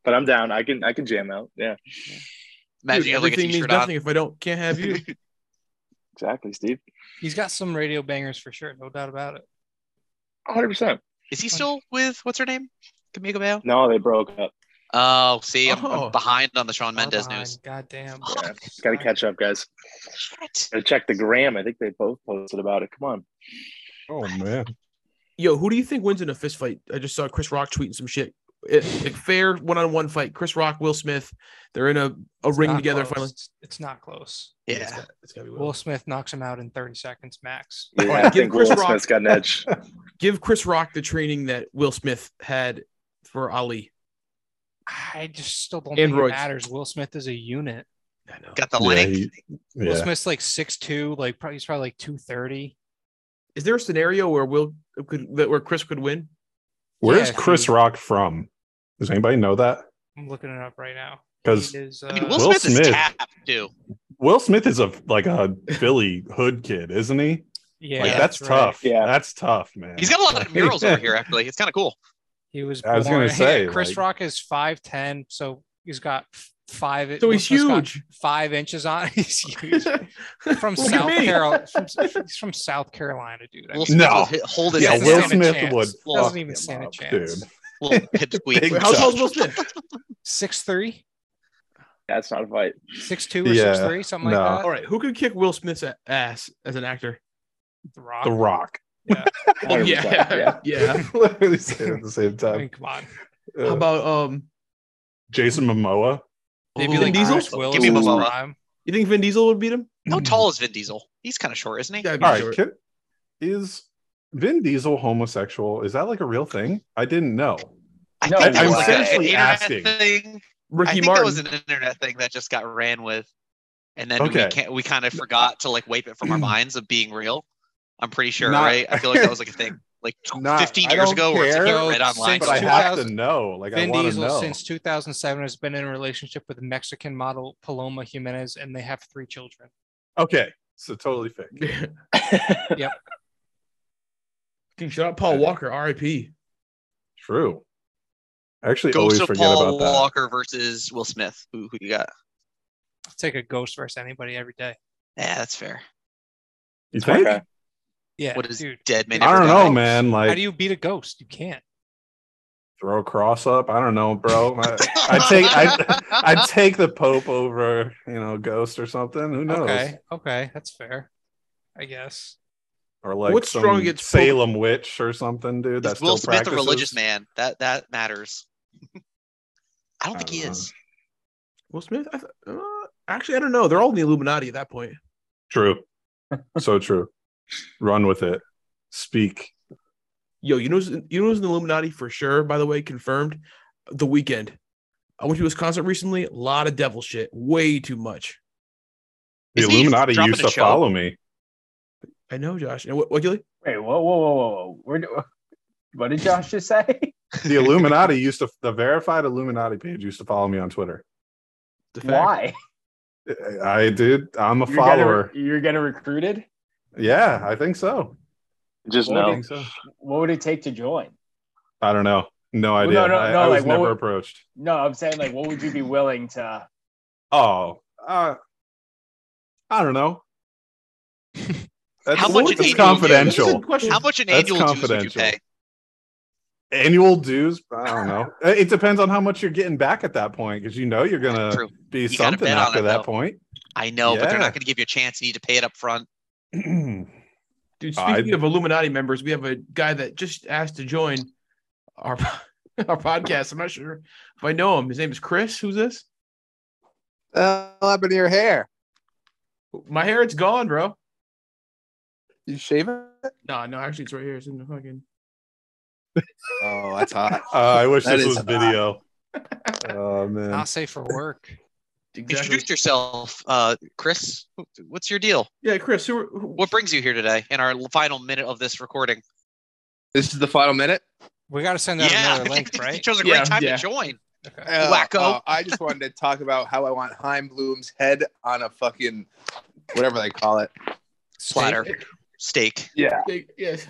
B: But I'm down. I can I can jam out. Yeah,
E: Imagine
D: Dude,
E: you have like a
D: everything
E: t
D: means
E: shirt on.
D: nothing if I don't can't have you.
B: exactly, Steve.
C: He's got some radio bangers for sure, no doubt about it.
B: Hundred percent.
E: Is he still with what's her name? Camille Cabello?
B: No, they broke up.
E: Oh, see, I'm,
D: Oh.
E: I'm behind on the Sean
C: Far
E: Mendez
C: behind.
E: news.
C: God damn.
B: Yeah, got to catch up, guys. Gotta check the gram. I think they both posted about it. Come on.
F: Oh man.
D: Yo, who do you think wins in a fist fight? I just saw Chris Rock tweeting some shit. It, like fair one-on-one fight. Chris Rock, Will Smith, they're in a, a ring
C: Not
D: together
C: close.
D: finally.
C: It's- It's not close.
D: It's
E: Yeah.
D: gotta, it's gotta be Will.
C: Will Smith knocks him out in 30 seconds max.
B: Yeah, I
D: give
B: think
D: Chris
B: Will
D: Rock-
B: Smith's got an edge.
D: Give Chris Rock the training that Will Smith had for Ali.
C: I just still don't think
D: Androids.
C: it matters. Will Smith is a unit.
D: I know.
E: Got the
F: Yeah,
E: link.
F: he-
C: Will
F: yeah.
C: Smith's like 6'2, like probably he's probably like 230.
D: Is there a scenario where Will could that where Chris could win?
F: Where's
C: Yeah,
F: Chris
C: dude.
F: Rock from? Does anybody know that?
C: I'm looking it up right now.
F: Because
C: He is,
E: I mean,
C: uh,
E: Will,
F: Will
E: Smith,
F: Smith.
E: is tapped too.
F: Will Smith is a like a Philly hood kid, isn't he?
C: Yeah,
F: Like, that's,
C: right.
F: tough.
H: Yeah.
F: that's tough, man.
E: He's got a lot of murals over here. Actually, it's kind of cool.
C: He was.
F: I was
C: born-
F: gonna say,
C: Chris
F: like-
C: Rock is five ten, so he's got f- five.
G: So he's
C: he's got
G: huge.
C: Five inches on. He's huge. From
G: Look at
C: South
G: me.
C: Carolina. He's from South Carolina, dude. I
E: Will
C: mean,
E: Smith
F: No.
E: will hit- hold his
F: Yeah,
E: hand
C: doesn't
F: Will
C: stand a
F: Smith
C: chance.
F: would
C: Doesn't
F: fuck
C: even
F: him
C: stand a
F: up,
C: chance.
F: dude.
E: little pipsqueak.
F: Big
D: How tall is Will Smith?
C: Six three,
H: That's not a fight.
C: six two, or
F: Yeah,
C: six three, something
F: no.
C: like
D: All
C: that.
D: right, who could kick Will Smith's a- ass as an actor?
C: The Rock.
F: The Rock.
D: Well,
H: 100%,
D: yeah, yeah.
F: Literally say it at the same
C: I
F: time.
C: mean, come on.
D: How
F: Uh,
D: about um?
F: Jason Momoa.
C: Maybe
D: Vin
C: like
D: Diesel?
C: Bruce Willis
E: Give me
C: in his
E: Momoa.
C: prime.
D: You think Vin Diesel would beat him?
E: How tall is Vin Diesel? He's kind of short, isn't he?
G: Gotta be
F: All right,
G: short.
F: can, is Vin Diesel homosexual? Is that like a real thing? I didn't know.
E: I
I: No,
E: think that
I: I'm
E: was like a- an
F: seriously
E: internet
F: asking.
E: thing.
D: Ricky
E: I think
D: Martin.
E: that was an internet thing that just got ran with, and then
F: Okay.
E: we can't, we kind of forgot to like wipe it from our minds of being real. I'm pretty sure,
F: Not-
E: right? I feel like that was like a thing, like
F: Not-
E: 15
F: I
E: years
F: don't
E: ago, where it's like
F: care,
E: you read online.
F: But
C: Since
F: I have to
C: 2000
F: know. Like I
C: Vin
F: want to
C: Diesel
F: know.
C: since 2007 has been in a relationship with Mexican model Paloma Jimenez, and they have three children.
F: okay, so totally fake.
D: Dude, shout out Paul Walker, RIP.
F: True. I actually
E: Ghost
F: always
E: of
F: forget
E: Paul
F: about that.
E: Walker versus Will Smith. Who who you got?
C: I'll take a ghost versus anybody every day.
E: Yeah, that's fair.
F: You think?
H: Okay.
C: Yeah,
E: What is
C: dude?
E: dead man?
F: I
E: Never
F: don't
E: Die?
F: know, man.
C: How
F: Like
C: do you beat a ghost? You can't.
F: throw a cross up. I don't know, bro. I, I take I I take the Pope over, you know, ghost or something. Who knows?
C: Okay, okay, that's fair. I guess.
F: Or like
D: What's
F: some
D: strong against Pope?
F: Salem witch or something, dude. That's
E: is Will
F: still
E: Smith a religious
F: practices?
E: man? That that matters. I don't
F: I
E: think he
F: don't know.
E: is.
D: Uh, Will Smith? I th- uh, actually, I don't know. They're all in the Illuminati at that point.
F: True. So true. Run with it. Speak.
D: Yo, you know, who's- you know who's in the Illuminati for sure. By the way, confirmed. The weekend. I went to his concert recently. A lot of devil shit. Way too much.
F: The
E: Isn't he
F: Illuminati
E: dropping
F: used
E: a
F: to
E: show?
F: follow me.
D: I know, Josh. And what, what Gilly?
I: Wait, whoa, whoa, whoa, whoa, whoa. We're, do- what did Josh just say?
F: The Illuminati used to the verified Illuminati page used to follow me on Twitter.
D: The fact-
I: Why?
F: I- I did. I'm a
I: You're getting-
F: follower.
I: You're getting recruited?
F: Yeah, I think so.
B: Just
I: Well,
D: I
B: know.
D: think so.
I: What would it take to join?
F: I don't know. No
I: no,
F: idea.
I: no,
F: I,
I: no,
F: I
I: like,
F: was
I: what
F: never
I: would-
F: approached.
I: No, I'm saying like, what would you be willing to?
F: Oh, uh, I don't know. That's,
E: How much an annual
F: that's
D: That's a
F: confidential.
D: good question.
E: How much an
F: That's
E: annual dues would you
F: confidential.
E: pay?
F: Annual dues? I don't know. Uh, It it depends on how much you're getting back at that point because you know you're gonna
E: True.
F: be
E: You gotta
F: something
E: bet on
F: after
E: it,
F: that
E: though.
F: point.
E: I know, but they're
F: Yeah.
E: not going to give you a chance. You need to pay it up front.
D: Dude,
F: I-
D: speaking of Illuminati members, we have a guy that just asked to join our our podcast. I'm not sure if I know him. His name is Chris. Who's this?
J: Uh, what happened to your hair?
D: My hair, it's gone, bro.
J: You shave it?
D: No, no, actually, it's right here. It's in the fucking.
J: Oh, that's hot.
F: Uh, I wish
J: That
F: this
J: is
F: was video. oh man.
C: Not safe for work.
D: Exactly.
E: Introduce yourself, uh, Chris. What's your deal?
D: Yeah, Chris. Who, who,
E: What brings you here today in our final minute of this recording?
J: This is the final minute.
C: We got to send out
E: yeah, Oh,
C: another link,
E: you
C: right?
E: chose a
D: Yeah,
E: great time
D: yeah.
E: to join.
C: Okay.
J: Uh,
E: Wacko.
J: uh, I just wanted to talk about how I want Heim Bloom's head on a fucking whatever they call it.
E: Platter, steak.
J: Yeah.
D: Yes.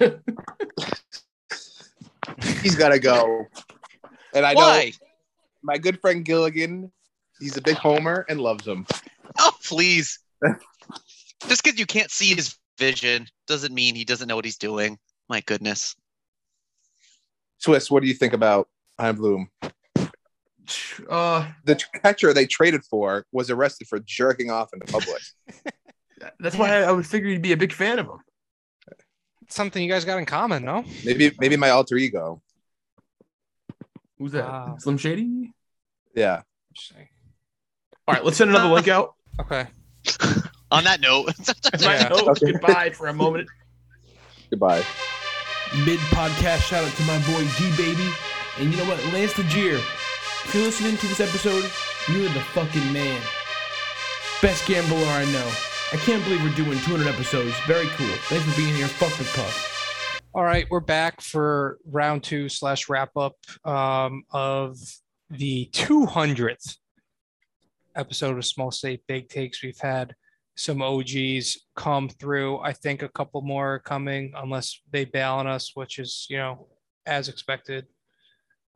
J: He's got to go. And I know
E: Why?
J: my good friend Gilligan, he's a big homer and loves him.
E: Oh, please. Just because you can't see his vision doesn't mean he doesn't know what he's doing. My goodness.
J: Swiss, what do you think about Heim Bloom?
D: uh,
J: The catcher they traded for was arrested for jerking off in public.
D: that's why I, I would figure you'd be a big fan of him.
C: Something you guys got in common, no?
J: Maybe maybe my alter ego.
D: Who's that?
C: Wow.
D: Slim Shady.
J: Yeah.
C: Interesting.
D: All right, let's send another link out.
C: Okay.
E: On that note,
D: On that
C: Yeah.
D: note,
J: Okay.
D: Goodbye for a moment.
J: Goodbye.
D: Mid podcast shout out to my boy G Baby. And you know what? Lance Legier, if you're listening to this episode, you're the fucking man. Best gambler I know. I can't believe we're doing 200 episodes. Very cool. Thanks for being here. Fuck the puff.
C: All right, we're back for round two slash wrap up um, of the 200th episode of Small State Big Takes. We've had some OGs come through. I think a couple more are coming unless they bail on us, which is, you know, as expected.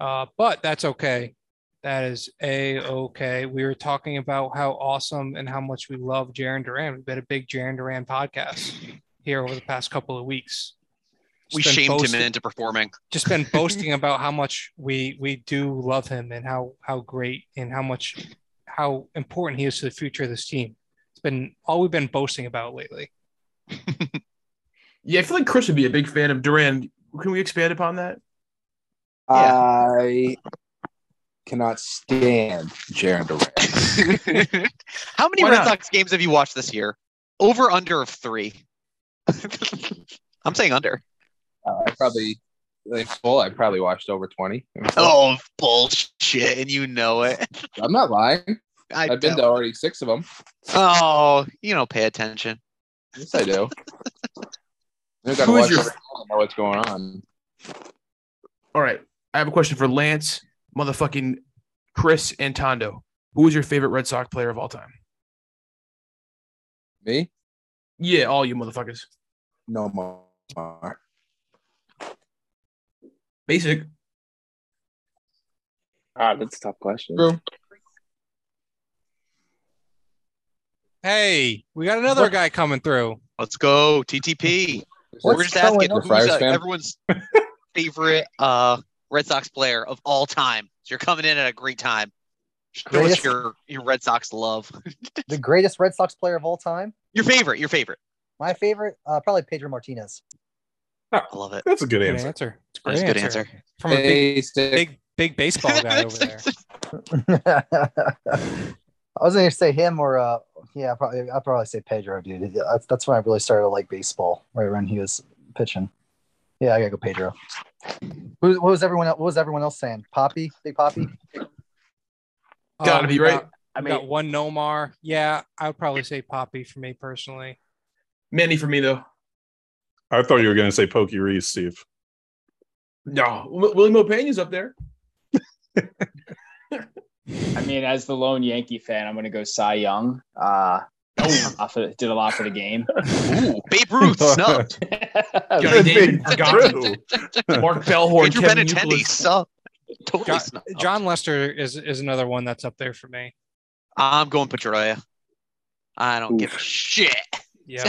C: Uh, but that's okay. That is a okay. We were talking about how awesome and how much we love Jaron Duran. We've been a big Jaron Duran podcast here over the past couple of weeks.
E: we
C: Just been
E: shamed
C: boasting-
E: him into performing.
C: just been boasting about how much we we do love him and how how great and how much how important he is to the future of this team. It's been all we've been boasting about lately.
D: Yeah, I feel like Chris would be a big fan of Duran. Can we expand upon that?
J: I cannot stand Jaron Durant.
E: How many
D: Why
E: Red
D: not?
E: Sox games have you watched this year? Over under of three. I'm saying under.
J: Uh, I probably like full. I probably watched over twenty. in full.
E: Oh bullshit, and you know it.
J: I'm not lying.
E: I
J: I've been to already six of them.
E: Oh, you don't pay attention.
J: Yes, I do. I gotta
D: Who is
J: watch
D: your-
J: every one to know what's going on.
D: All right. I have a question for Lance, motherfucking Chris, and Tondo. Who is your favorite Red Sox player of all time?
J: Me?
D: Yeah, all you motherfuckers.
J: No more.
D: Basic.
B: Ah, that's a tough question.
J: True.
C: Hey, we got another
D: What-
C: guy coming through.
E: Let's go, TTP. We're
J: What's
E: just asking
J: going on,
E: who's
J: Friars
E: uh,
J: fam?
E: everyone's favorite uh, Red Sox player of all time. So you're coming in at a great time. Show us
K: Greatest-
E: your, your Red Sox love.
K: The greatest Red Sox player of all time.
E: Your favorite, your favorite.
K: My favorite, uh, probably Pedro Martinez.
E: I love it.
F: That's a good
C: Good
F: answer.
C: answer. It's a
E: That's a
C: great
E: good
C: answer.
E: answer.
C: From a big,
J: Basic.
C: big, big baseball guy over there.
K: I was gonna say him or uh, yeah, probably I'd probably say Pedro, dude. That's, that's when I really started to like baseball, right when he was pitching. Yeah, I gotta go Pedro. Who, what was everyone? Else, what was everyone else saying? Poppy, Big Poppy.
D: Gotta be
C: we
D: right.
C: Um, Got,
D: I
C: we
D: mean,
C: got one Nomar. Yeah, I would probably say Poppy for me personally.
D: many for me, though.
F: I thought you were going to say Pokey Reese, Steve.
D: No. W- Willie Mo Pena's up there.
I: I mean, as the lone Yankee fan, I'm going to go Cy Young. Uh,
F: Oh.
I: off of- did a lot for the game.
E: Ooh, Babe Ruth snubbed.
D: Johnny
F: That'd be
D: Damon, Gotti,
F: true.
D: Mark Bellhorn,
E: Andrew
D: Kevin
E: Benintendi
D: Youkilis.
E: snubbed. Totally
C: John,
E: snubbed.
C: John Lester is is another one that's up there for me.
E: I'm going Pedroia. I don't give a
B: Oof.
E: shit.
C: Yeah.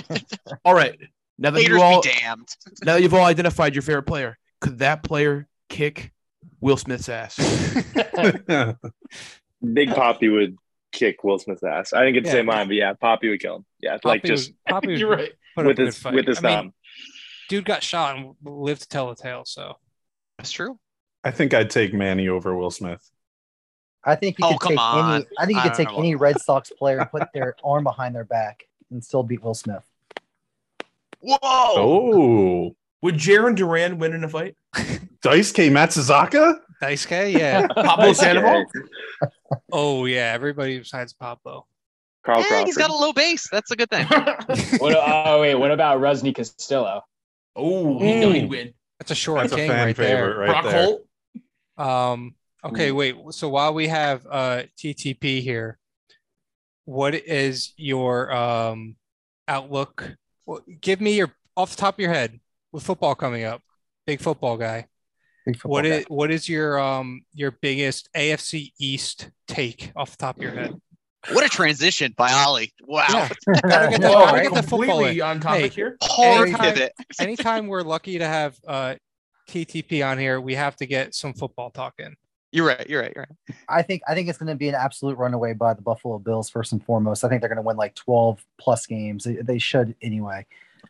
D: All right. Now that
E: Haters
D: you all
E: be damned.
D: now that you've all identified your favorite player, could that player kick Will Smith's ass?
B: Big
E: Oh.
B: Poppy would kick Will Smith's ass. I didn't get to
C: Yeah.
B: say mine, but yeah, Poppy would kill him. Yeah, like
C: Poppy
B: just
C: would- Poppy would
D: You're right.
C: put
B: with
C: up a
B: his
C: good fight.
B: with his um,
C: I mean,
B: thumb.
C: dude got shot and lived to tell the tale. So
E: That's true.
F: I think I'd take Manny over Will Smith.
K: I think you
E: Oh,
K: could
E: come
K: take
E: on.
K: any. I think you
E: I
K: could
E: don't
K: take
E: know.
K: any Red Sox player and put their arm behind their back and still beat Will Smith.
E: Whoa.
F: Oh,
D: Would Jaron Duran win in a fight?
F: Dice K Matsuzaka?
C: Dice K, yeah.
D: Pablo Sandoval?
B: Okay.
C: oh yeah, everybody besides Pablo.
B: Carl
E: Eh,
B: Crawford.
E: he's got a low base. That's a good thing.
I: what, oh, wait. What about Rusney Castillo?
D: Oh, he know he'd
F: Mm.
D: win.
C: That's a short
F: That's a
C: king
F: fan
C: right
F: favorite
C: there.
F: right
D: Brock
F: there. Mm.
D: Holt?
C: Um, okay, wait. So while we have uh, TTP here, what is your um, outlook? Well, give me your off the top of your head with football coming up. Big football guy.
K: Big football
C: What
K: guy.
C: is what is your um your biggest AFC East take off the top of your head?
E: What a transition by Ollie. Wow.
C: Yeah. Gotta get the,
D: Whoa,
C: gotta get the football in.
D: completely on topic
C: Hey,
D: here.
E: Hard
C: Anytime-
E: pivot.
C: anytime we're lucky to have uh, TTP on here, we have to get some football talk in.
E: You're right. You're right. You're right.
K: I think I think it's going to be an absolute runaway by the Buffalo Bills first and foremost. I think they're going to win like 12 plus games. They, they should anyway.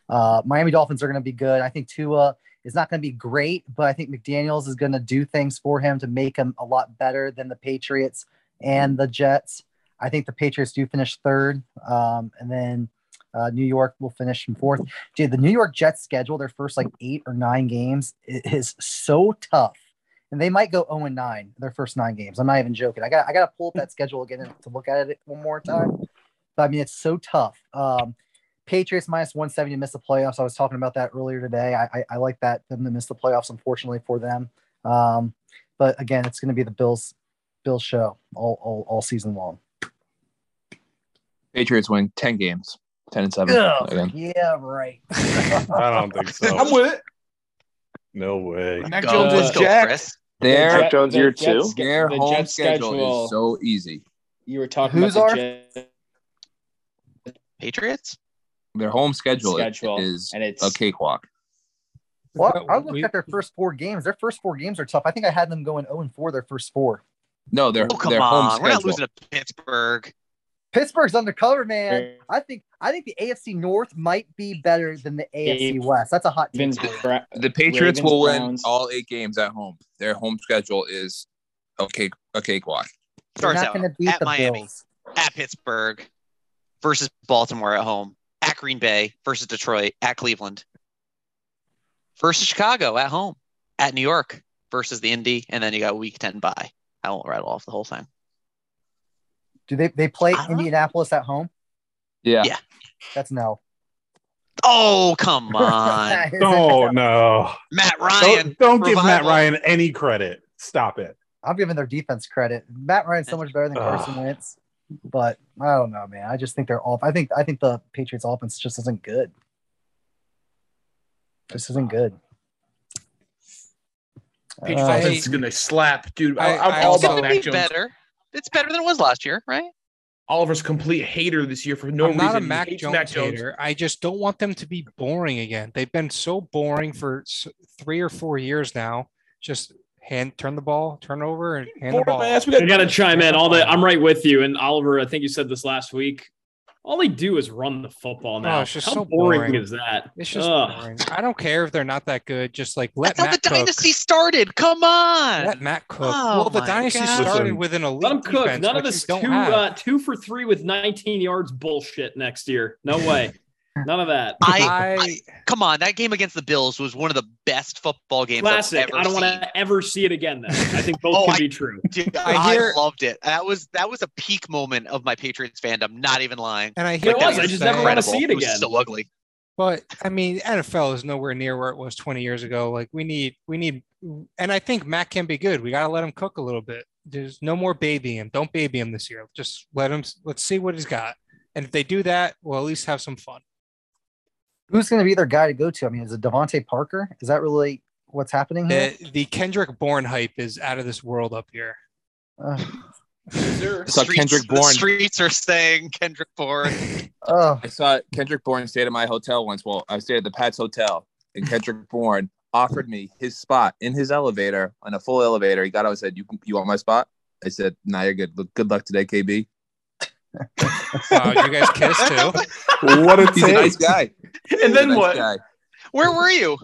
K: Uh, Miami Dolphins are going to be good. I think Tua is not going to be great, but I think McDaniel's is going to do things for him to make him a lot better than the Patriots and the Jets. I think the Patriots do finish third, um, and then uh, New York will finish in fourth. Dude, the New York Jets schedule their first like eight or nine games i- is so tough and they might go 0 and 9 their first nine games. I'm not even joking. I got I got to pull up that schedule again and- to look at it one more time. But I mean, it's so tough. Um, Patriots minus 170 to miss the playoffs. I was talking about that earlier today. I I, I like that them to miss the playoffs, unfortunately for them. Um, but again, it's going to be the Bills Bills show all all, all season long.
J: Patriots win ten games.
L: Ten and seven
K: Ugh,
L: again.
K: yeah, right.
F: I don't think so.
K: I'm
F: with it. No way.
K: Mac Go. Jones is Let's go,
L: jacked. Their,
F: Mac Jones,
L: their
F: year
L: Jets-
F: two?
L: Their
I: The
L: home
I: Jets
L: schedule,
I: schedule-
L: is so easy.
I: You were talking
L: Who's
I: about
L: our-
I: the Jets
E: Patriots.
L: Their home schedule,
I: Schedule,
L: is
I: and it's
L: a cakewalk.
K: Well, I looked at their first four games. Their first four games are tough. I think I had them going 0 and 4 their first four.
L: No, their
E: Oh, come
L: their home
E: on.
L: schedule.
E: We're not losing to Pittsburgh.
K: Pittsburgh's undercover, man. I think I think the AFC North might be better than the AFC West. That's a hot take. for you.
L: the Patriots will win
K: Ravens, Browns.
L: all eight games at home. Their home schedule is a cake a cakewalk.
K: They're
E: Starts
K: not
E: out
K: going to beat
E: at
K: the
E: Miami,
K: Bills.
E: at Pittsburgh, versus Baltimore at home, at Green Bay, versus Detroit, at Cleveland, versus Chicago at home, at New York, versus the Indy, and then you got Week Ten bye. I won't rattle off the whole thing.
K: Do they they play Indianapolis at home?
L: Yeah.
E: Yeah.
K: That's no.
E: Oh come on,
F: Oh, No, no.
E: Matt Ryan.
F: Don't, don't give Matt
E: revival.
F: Ryan any credit. Stop it.
K: I'm giving their defense credit. Matt Ryan's so much better than Carson Wentz, but I don't know, man. I just think they're off. I think I think the Patriots offense just isn't good. This isn't good.
G: Patriots
K: Uh,
G: offense is gonna slap, dude. I,
K: I-
G: am
K: I
G: all
K: also-
G: about Mac
E: It's
G: Jones.
E: better. It's better than it was last year, right?
G: Oliver's complete hater this year for no
C: I'm
G: reason.
C: not a
G: He
C: Mac
G: hates
C: Jones,
G: Mac Jones.
C: hater. I just don't want them to be boring again. They've been so boring for s- three or four years now. Just hand turn the ball, turn over, and hand the ball.
M: I gotta chime in. All the I'm right with you. And Oliver, I think you said this last week. All they do is run the football now.
C: Oh, it's just
M: How
C: so
M: boring,
C: boring.
M: is that?
C: It's just
M: Ugh.
C: boring. I don't care if they're not that good. Just like let
E: That's how
C: Matt
E: the
C: cook.
E: dynasty started. Come on.
C: Let Matt cook.
E: Oh
C: well, the
E: my
C: dynasty
E: God.
C: started
F: Listen.
C: with an elite
M: Let them cook.
C: defense,
M: None of
C: which
M: this
C: you don't
M: two
C: have.
M: uh, two for three with 19 yards bullshit next year. No way. None of that.
E: I, I- come on. That game against the Bills was one of the best football games I've
M: Classic.
E: ever
M: I don't want
E: seen.
M: to ever see it again. Then I think both
E: Oh,
M: can
E: I-
M: be true.
E: Dude,
M: I
E: I,
M: hear-
E: loved it. That was that was a peak moment of my Patriots fandom. Not even lying.
C: And I hear
E: Like,
C: what
E: that
C: you're saying.
E: incredible.
C: I see it
E: It
C: again.
E: was so ugly.
C: But I mean, NFL is nowhere near where it was 20 years ago. Like we need, we need, and I think Matt can be good. We got to let him cook a little bit. There's no more baby him. Don't baby him this year. Just let him. Let's see what he's got. And if they do that, we'll at least have some fun.
K: Who's going to be their guy to go to? I mean, is it Devontae Parker? Is that really what's happening here?
E: Mm-hmm.
C: The, the Kendrick Bourne hype is out of this world up here.
K: Ugh.
E: The
L: saw
E: streets-
L: Kendrick
E: The
L: Bourne.
E: streets are saying Kendrick Bourne.
L: I saw Kendrick Bourne stayed at my hotel once. Well, I stayed at the Pats Hotel, and Kendrick Bourne offered me his spot in his elevator on a full elevator. He got out and said, "You you want my spot?" I said, "Nah, you're good. Look, good luck today, KB."
C: Wow, you guys kissed too.
F: What a
L: He's a nice guy.
M: And
L: then what?
E: Where were you?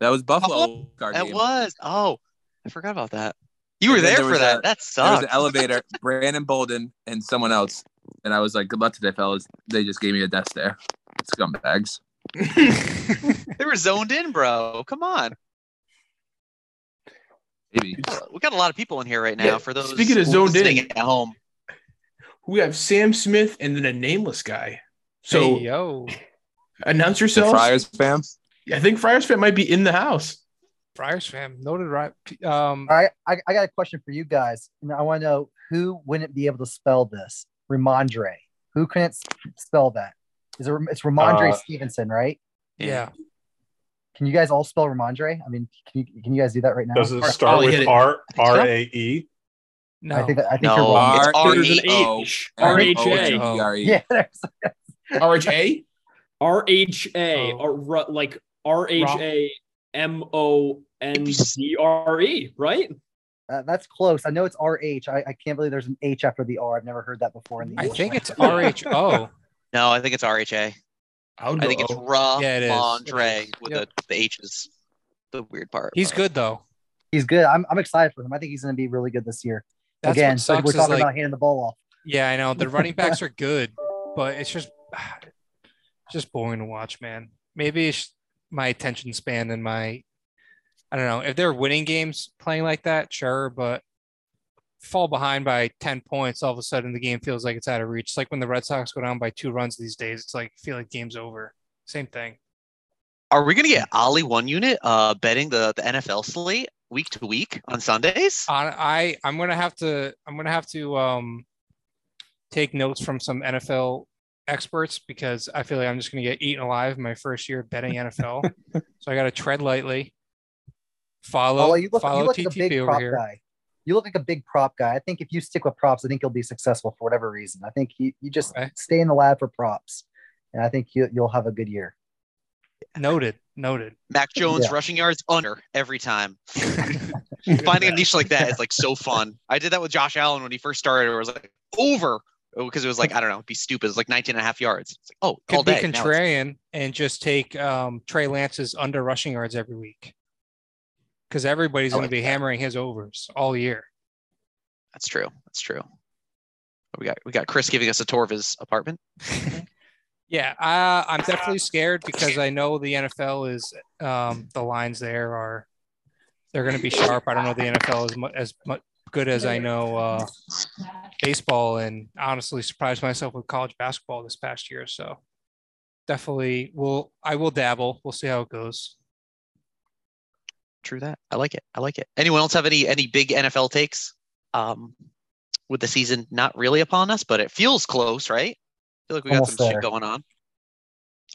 L: That was Buffalo. Card
E: It
L: game.
E: was. Oh, I forgot about that. You were
L: And then
E: there,
L: there
E: for
L: was
E: that.
L: a-
E: that
L: There was
E: sucked.
L: an elevator, Brandon Bolden and someone else, and I was like, "Good luck today, fellas." They just gave me a death stare. Scumbags.
E: they were zoned in, bro. Oh, Come on.
L: Maybe.
E: We got a lot of people in here right now.
G: Yeah,
E: for those
G: speaking of zoned in-
E: listening at home,
G: We have Sam Smith and then a nameless guy. So
C: Hey, yo,
G: announce yourself.
L: Friars fam.
G: I think Friars fan might be in the house.
C: Friars fam, noted right. Um,
K: All right, I, I got a question for you guys, and I want to know who wouldn't be able to spell this Ramondre. Who couldn't s- spell that? Is it it's Ramondre
F: Uh,
K: Stevenson, right?
C: yeah.
K: Can you guys all spell Ramondre? I mean, can you, can you guys do that right now?
F: Does it
K: oh,
F: start with R R A E?
C: No, E
K: I think I think
F: No,
K: you're wrong.
F: it's
L: R
M: There's an
L: H O
M: H.
L: R
M: R
L: H
M: H
L: A
M: A.
L: G R E.
K: Yeah, there's-
G: R H A.
M: R H A.
C: Oh.
M: Or ru- like R H A M O N C R E. Right?
K: uh, that's close. I know it's R H. I, I can't believe there's an H after the R. I've never heard that before in the.
C: I
K: English
C: think it's
K: language.
C: RHO.
E: no, I think it's RHA.
G: I
E: I think it's
G: know.
E: Ramondre
C: Yeah, it is. It is.
E: with
C: Yep.
E: the, the H's. The weird part.
C: He's good though.
K: He's good. I'm, I'm excited for him. I think he's going to be really good this year.
C: That's
K: Again,
C: what
K: so
C: sucks
K: we're
C: is,
K: talking
C: like-
K: about handing the ball off.
C: Yeah, I know the running backs are good, but it's just just boring to watch, man. Maybe it's my attention span and my I don't know if they're winning games playing like that, sure, but fall behind by ten points, all of a sudden the game feels like it's out of reach. It's like when the Red Sox go down by two runs these days, it's like feel like game's over. Same thing.
E: Are we gonna get Ollie one unit uh betting the, the NFL slate week to week on Sundays?
C: I, I I'm gonna have to I'm gonna have to um take notes from some NFL experts because I feel like I'm just going to get eaten alive my first year betting NFL. so I got to tread lightly. Follow,
K: Oh, you look,
C: follow
K: you look
C: TTP
K: like a big
C: over
K: prop
C: here.
K: guy. You look like a big prop guy. I think if you stick with props, I think you'll be successful for whatever reason. I think you, you just stay in the lab for props, and I think you, you'll have a good year.
C: Noted. Noted.
E: Mac Jones
K: Yeah.
E: rushing yards under every time. Finding a niche like that is like so fun. I did that with Josh Allen when he first started. Where I was like over because it was like I don't know, it'd be stupid. It was like 19 and a half yards. It's like oh, all
C: Could be
E: day. Now it's-
C: contrarian and just take um, Trey Lance's under rushing yards every week because everybody's
E: I
C: going
E: like
C: to be hammering his overs all year.
E: That's true. That's true. We got we got Chris giving us a tour of his apartment.
C: Yeah, I, I'm definitely scared because I know the NFL is um, the lines there are they're going to be sharp. I don't know the NFL is mu- as mu- good as I know uh, baseball, and honestly surprised myself with college basketball this past year. So definitely, will I will dabble. We'll see how it goes.
E: True that. I like it. I like it. Anyone else have any any big NFL takes? Um, with the season not really upon us, but it feels close, right? I feel like we got
C: Almost
E: some
C: there.
E: shit going on.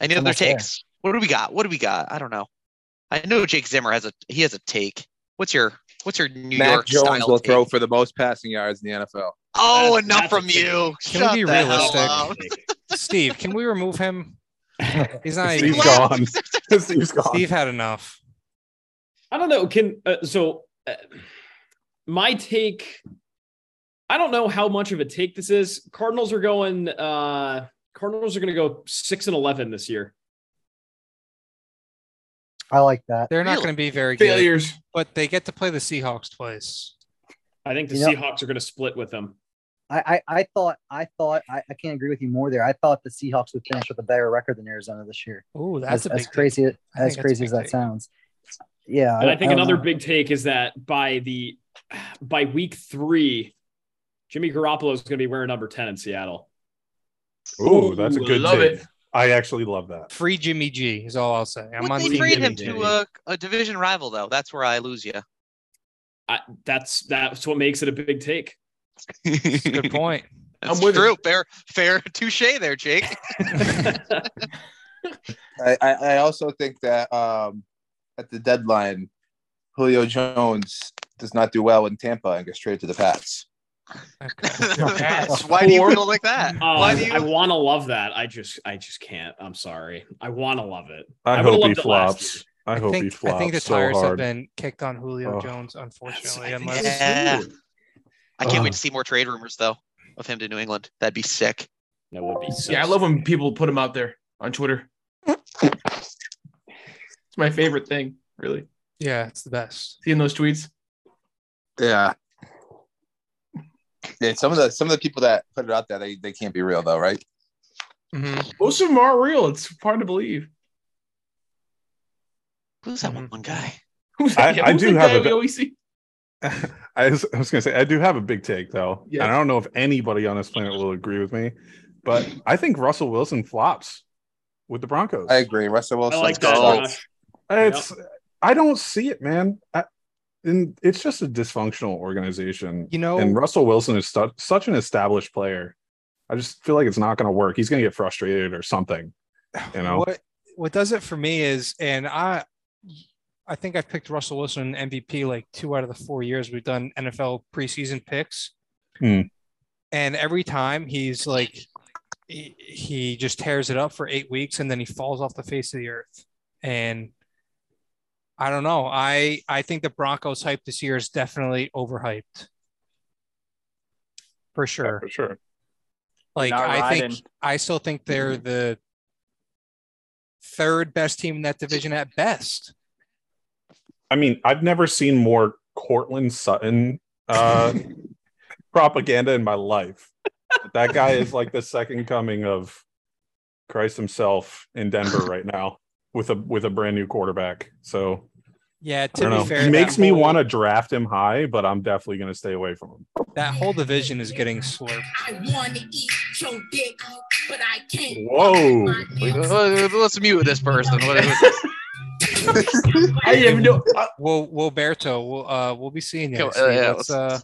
E: Any
C: Almost
E: other
C: there.
E: takes? What do we got? What do we got? I don't know. I know Jake Zimmer has a he has a take. What's your what's your New
L: Mac
E: York
L: Jones
E: style
L: will
E: take?
L: throw for the most passing yards in the NFL.
E: Oh, enough from you.
C: Can
E: Shut
C: we be
E: the hell up.
C: realistic? Steve, can we remove him? He's not even
F: Steve's gone. Steve's gone.
C: Steve had enough.
M: I don't know. Can uh, so uh, my take. I don't know how much of a take this is. Cardinals are going. uh Cardinals are going to go six and eleven this year.
K: I like that.
C: They're not going to be very
M: Failures.
C: good, but they get to play the Seahawks twice.
M: I think the
K: You know-
M: Seahawks are going to split with them.
K: I, I, I thought I thought I, I can't agree with you more there. I thought the Seahawks would finish with a better record than Arizona this year.
C: Oh,
K: as, as crazy as crazy as that sounds. Yeah,
M: And I think
K: don't
M: another
K: know.
M: big take is that by the by week three, Jimmy Garoppolo is going to be wearing number ten in Seattle.
F: Ooh, that's a
M: Ooh, I
F: good
M: love
F: take. I actually love that.
C: Free Jimmy G is all I'll say. I'm
E: Would
C: on
E: they
C: team
E: trade
C: Jimmy
E: him
C: G.
E: to uh, a, a division rival though? That's where I lose you.
M: I, that's that's what makes it a big take.
C: Good point.
E: That's true. Fair, fair touche there, Jake.
L: I, I, I also think that um, at the deadline, Julio Jones does not do well in Tampa and gets traded to the Pats.
E: Why do you feel like that?
M: Oh,
E: Why
M: I-
E: do you?
M: I want to love that. I just, I just can't. I'm sorry. I want to love it.
F: I, hope
M: would've
F: he
M: loved it last year.
F: flops. I, hope he
C: think,
F: flops
C: I think the
F: so
C: tires
F: hard.
C: have been kicked on Julio
F: Oh.
C: Jones, unfortunately.
E: I think
C: Unless
E: it's- yeah. I can't
D: Ugh.
E: wait to see more trade rumors though of him to New England. That'd be sick.
M: That would be
D: Yeah, I love when people put him out there on Twitter. It's my favorite thing, really.
C: yeah, it's the best.
D: Seeing those tweets.
L: Yeah. Yeah, some of the some of the people that put it out there, they, they can't be real though, right?
C: Mm-hmm.
D: Most of them aren't real. It's hard to believe.
E: Who's that
C: Mm-hmm.
E: one guy?
D: Who's
F: I-
D: that, yeah,
F: I
D: who's
F: do
D: that
F: have
D: guy
F: a
D: we
F: bit-
D: always see?
F: I was, I was going to say, I do have a big take though,
D: Yeah.
F: and I don't know if anybody on this planet will agree with me, but I think Russell Wilson flops with the Broncos.
L: I agree. Russell Wilson. sucks.
F: It's I don't see it, man. I, and it's just a dysfunctional organization.
C: You know-
F: and Russell Wilson is stu- such an established player. I just feel like it's not going to work. He's going to get frustrated or something. You know,
C: What what does it for me is, and I I think I've picked Russell Wilson MVP like two out of the four years we've done NFL preseason picks.
F: Hmm.
C: and every time he's like he, he just tears it up for eight weeks and then he falls off the face of the earth and i don't know i i think the broncos hype this year is definitely overhyped for sure
F: for sure
C: like
I: Not
C: i
I: riding. Mm-hmm.
C: think i still think they're the third best team in that division at best
F: I mean, I've never seen more Cortland Sutton uh, propaganda in my life. That guy is like the second coming of Christ himself in Denver right now with a with a brand new quarterback. So
C: yeah
F: I
C: to
F: don't
C: be
F: know.
C: fair
F: he
C: that
F: makes me
C: whole-
F: want to draft him high, but I'm definitely going to stay away from him.
C: that whole division is getting slurped
N: I want to eat your dick, but I can't.
F: Whoa!
E: Let's mute this person. What is this?
D: I have no.
C: Well, Wilberto, we'll uh, we'll be seeing you.
E: Go-
C: next week.
E: uh, yeah,
C: Let's, uh,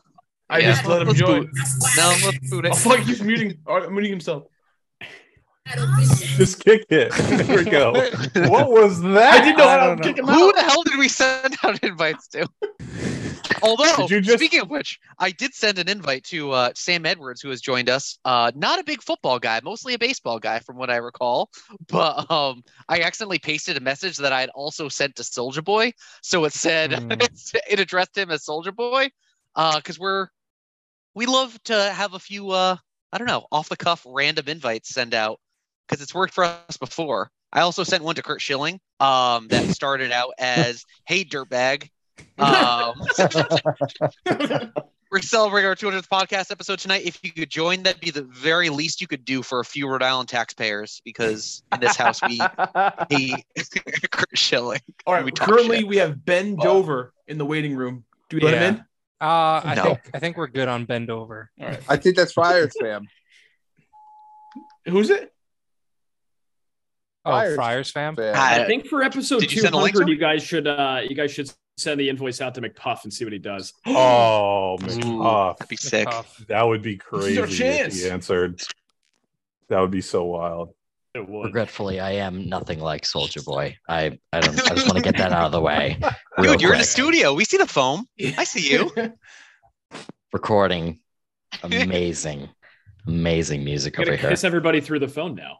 D: I just let him
E: Let's
D: join.
E: boot. No, let's boot it.
D: Oh fuck, he's muting. All right, I'm muting himself.
F: Just kick it. There we go. what was that?
E: I didn't know how to kick him out. Who the hell did we send out invites to? Although, speaking of which, I did send an invite to uh, Sam Edwards, who has joined us. Uh, not a big football guy, mostly a baseball guy, from what I recall. But um, I accidentally pasted a message that I had also sent to Soldier Boy. So it said it addressed him as Soldier Boy, because we're we love to have a few uh, I don't know off the cuff random invites send out because it's worked for us before. I also sent one to Kurt Schilling um, that started out as "Hey dirtbag." Um, we're celebrating our 200th podcast episode tonight. If you could join, that'd be the very least you could do for a few Rhode Island taxpayers because in this house we hate Kurt Schilling.
D: All right.
E: We talk
D: currently,
E: shit. Oh.
D: we have Ben Dover in the waiting room. Do we let him in?
C: Uh, I
D: No.
C: think I think we're good on bend over. All right.
L: I think that's fire, Sam.
D: Who's it?
C: Oh,
M: Friars.
C: Friars, fam.
M: I think for episode
E: Did you
M: two
E: send a link to
M: hundred, you guys should uh, you guys should send the invoice out to McPuff and see what he does.
F: Oh, McPuff.
E: that'd be sick.
F: That would be
M: is
F: crazy.
M: our
F: If
M: chance.
F: he answered. That would be so wild.
C: Hmm.
F: It would.
O: Regretfully, I am nothing like Soldier Boy. I I don't. I just want to get that out of the way. real
E: Dude, you're in the
O: quick.
E: studio. We see the foam. I see you.
O: Recording, amazing, amazing music
M: Gonna
O: over here.
M: kiss everybody through the phone now.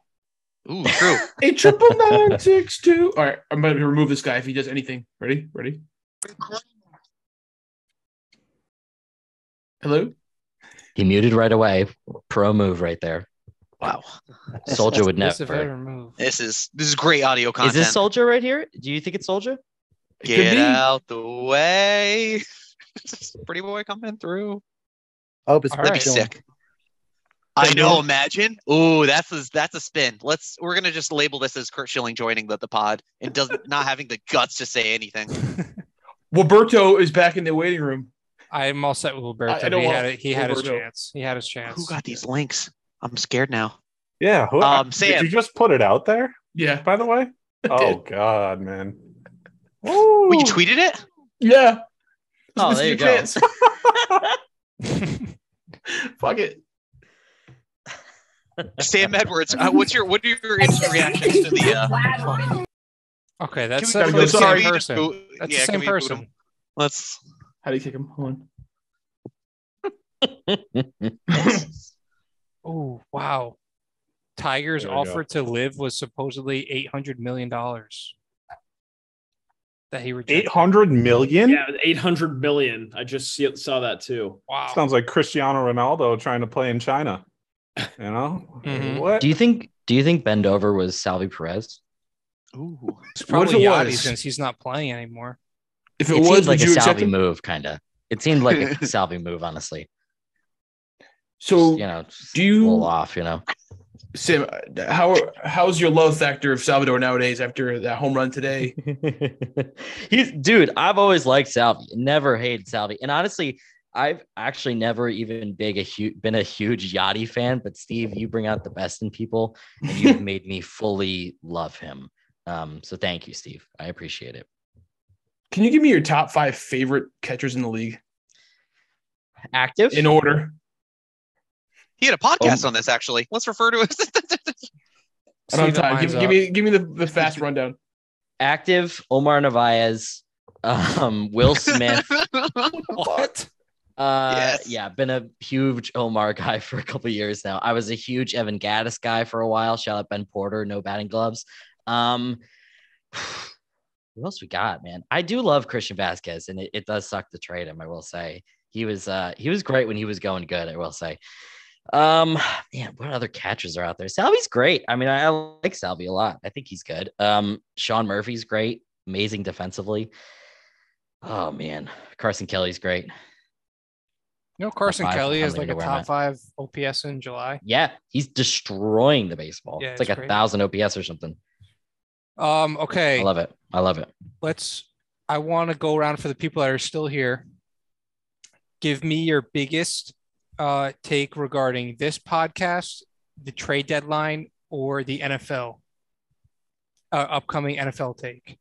E: Ooh, true.
D: A triple nine six two. All right, I'm going to remove this guy if he does anything. Ready? Ready? Hello.
O: He muted right away. Pro move right there.
E: Wow.
O: Soldier would
E: That's a
O: never.
E: veteran This is this is great audio
O: Is
E: content.
O: this Soldier right here? Do you think it's Soldier?
E: Get out the way. Pretty boy coming through.
K: I hope it's
E: That'd be
K: Brett Dillon.
E: sick. I
K: Kurt
E: know.
K: Schilling?
E: Imagine. Ooh, that's a, that's a spin. Let's. We're gonna just label this as Kurt Schilling joining the, the pod and does not having the guts to say anything.
D: Roberto is back in the waiting room.
C: I'm all set with Roberto.
D: I- I don't
C: he
D: want
C: had it. He had his
D: Roberto.
C: chance. He had his chance.
E: Who got these links? I'm scared now.
F: Yeah. Who,
E: Um,
F: Did
E: Sam.
F: you just put it out there?
D: Yeah.
F: By the way. Oh God, man.
E: Well, you tweeted it.
D: Yeah.
E: Oh,
D: This
E: there
D: is
E: you
D: your
E: go.
D: chance. Fuck it.
E: Sam Edwards. Uh, what's your what are your instant reactions to the? Uh,
C: Okay, that's
E: Can we-
C: that's the
E: can we
C: same
E: just
C: person.
E: boot-
C: That's
E: yeah,
C: the
E: can
C: same
E: we boot
C: person.
E: him? Let's.
D: How do you kick him? Hold on.
C: Oh wow, Tiger's
D: There we go.
C: offer to live was supposedly eight hundred million dollars that he rejected.
F: Eight hundred million.
M: Yeah, eight hundred million. I just see, saw that too.
C: Wow.
F: Sounds like Cristiano Ronaldo trying to play in China. You know
E: Mm-hmm.
F: what?
O: Do you think? Do you think Bendover was Salvi Perez?
E: Ooh,
C: it's
O: What if
C: probably
O: it
C: Yachty
O: was?
C: since he's not playing anymore.
O: If it, was like a Salvi move, kind of. It seemed like a Salvi move, honestly.
D: So
O: you know,
D: do you
O: pull off? You know,
D: Sam, how how's your love factor of Salvador nowadays after that home run today?
O: he's dude. I've always liked Salvi. Never hated Salvi, and honestly, I've actually never even big a hu- been a huge Yachty fan. But Steve, you bring out the best in people, and you've made me fully love him. Um, so thank you, Steve. I appreciate it.
D: Can you give me your top five favorite catchers in the league?
O: Active
D: in order. Um,
E: He had a podcast on this actually. Let's refer to it.
D: I don't have
O: Steven
D: time.
O: lines
D: Give, give
O: up.
D: me give me the, the fast rundown.
O: Active Omar Navaez, um, Will Smith.
C: what?
O: Uh, yeah, been a huge Omar guy for a couple years now. I was a huge Evan Gaddis guy for a while. Shout out Ben Porter, no batting gloves. Um, who else we got, man? I do love Christian Vasquez, and it, it does suck to trade him. I will say he was uh he was great when he was going good. I will say. Um, man, what other catchers are out there? Salvi's great. I mean, I, I like Salvi a lot. I think he's good. Um, Sean Murphy's great, amazing defensively. Oh man, Carson Kelly's great.
C: You know, Carson
O: five
C: Kelly
O: for
C: is
O: somebody
C: like a
O: to wear
C: top
O: that.
C: five OPS in July.
O: Yeah, he's destroying the baseball.
C: Yeah,
O: it's
C: it's
O: like a
C: crazy.
O: thousand OPS or something.
C: Um, okay,
O: I love it. I love it.
C: let's. I want to go around for the people that are still here. Give me your biggest uh, take regarding this podcast, the trade deadline, or the NFL uh, upcoming NFL take.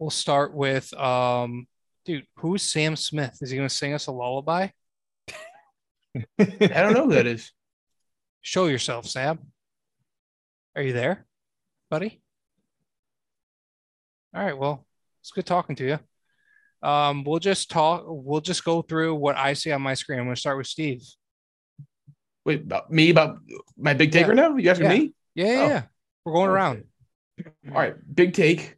C: We'll start with, um, dude, who's Sam Smith? Is he going to sing us a lullaby?
D: I don't know who that is.
C: Show yourself, Sam. Are you there, buddy? All right. Well, it's good talking to you. Um, we'll just talk. We'll just go through what I see on my screen. I'm going to start with Steve.
D: Wait, about me about my big take
C: Yeah.
D: right now? You asking
C: Yeah.
D: me? Oh.
C: Yeah, yeah, yeah. We're going around.
D: All right, big take.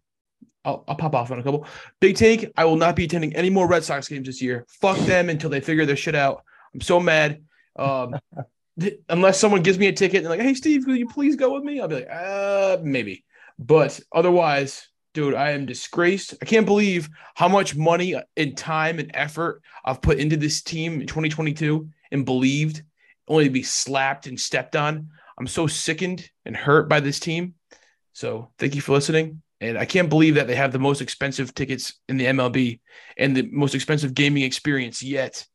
D: I'll, I'll pop off on a couple. Big take. I will not be attending any more Red Sox games this year. Fuck them until they figure their shit out. I'm so mad. Um, th- unless someone gives me a ticket and like, hey Steve, will you please go with me? I'll be like, uh, maybe. But otherwise, dude, I am disgraced. I can't believe how much money and time and effort I've put into this team in 2022 and believed only to be slapped and stepped on. I'm so sickened and hurt by this team. So thank you for listening. And I can't believe that they have the most expensive tickets in the MLB and the most expensive gaming experience yet.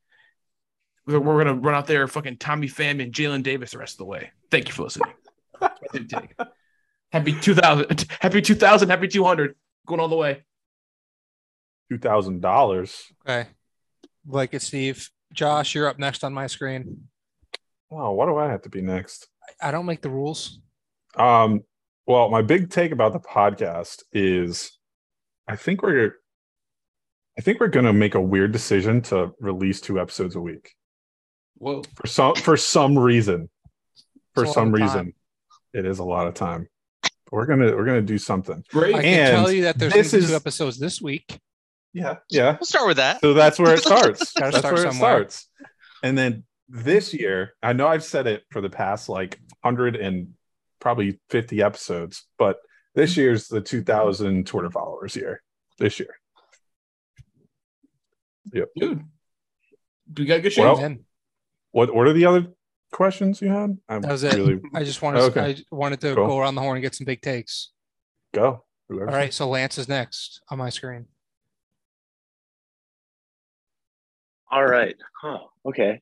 D: We're, we're gonna run out there, fucking Tommy Pham and Jalen Davis the rest of the way. Thank you for listening. That's my big take. happy two thousand, happy two thousand, happy two hundred, going all the way.
F: Two thousand dollars.
C: Okay. Like it, Steve. Josh, you're up next on my screen.
F: Wow, why do I have to be next?
C: I don't make the rules.
F: Um, well, my big take about the podcast is I think we're I think we're gonna make a weird decision to release two episodes a week.
D: Whoa.
F: For some for some reason. For
C: It's a lot
F: some
C: of
F: reason.
C: time.
F: It is a lot of time. We're gonna we're gonna do something.
C: I can
F: And
C: tell you that there's
F: this
C: gonna be
F: is
C: two episodes this week.
F: Yeah. yeah.
E: We'll start with that.
F: So that's where it starts.
C: Gotta
F: that's
C: start
F: where
C: somewhere.
F: it starts. And then this year, I know I've said it for the past like 100 and probably 50 episodes, but this year's the 2000 Twitter followers year. This year. Yep.
D: Dude. We got good shit.
F: Well,
C: Amen.
F: what what are the other questions you had? I
C: That was it.
F: really-
C: I just wanted
F: Okay.
C: I wanted to
F: Cool.
C: go around the horn and get some big takes.
F: go.
C: All right, so Lance is next on my screen.
B: All right. Huh. Okay.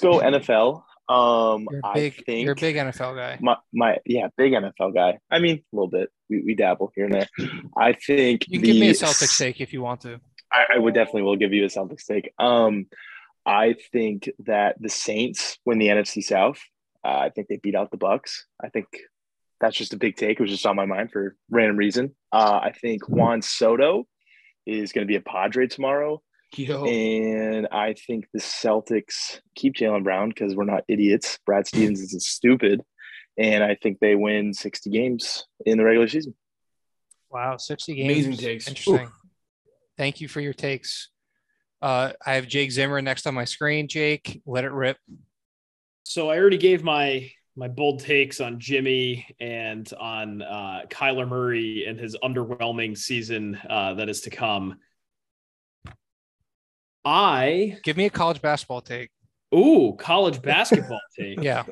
B: go NFL. Um,
C: You're a
B: I
C: big
B: think
C: you're a big NFL guy.
B: my my yeah, big NFL guy. I mean, a little bit. We, we dabble here and there. I think
C: You can give me a
B: the-
C: Celtics take if you want to.
B: I, I would definitely will give you a Celtics take. Um, I think that the Saints win the NFC South. Uh, I think they beat out the Bucks. I think that's just a big take. It was just on my mind for random reason. Uh, I think Juan Soto is going to be a Padre tomorrow. And I think the Celtics keep Jalen Brown because we're not idiots. Brad Stevens isn't stupid. And I think they win 60 games in the regular season.
C: Wow, 60 games.
D: Amazing takes.
C: Interesting. Thank you for your takes. Uh, I have Jake Zimmer next on my screen. Jake, let it rip.
M: So I already gave my my bold takes on Jimmy and on uh, Kyler Murray and his underwhelming season uh, that is to come. I
C: give me a college basketball take.
M: Ooh, college basketball take.
C: Yeah.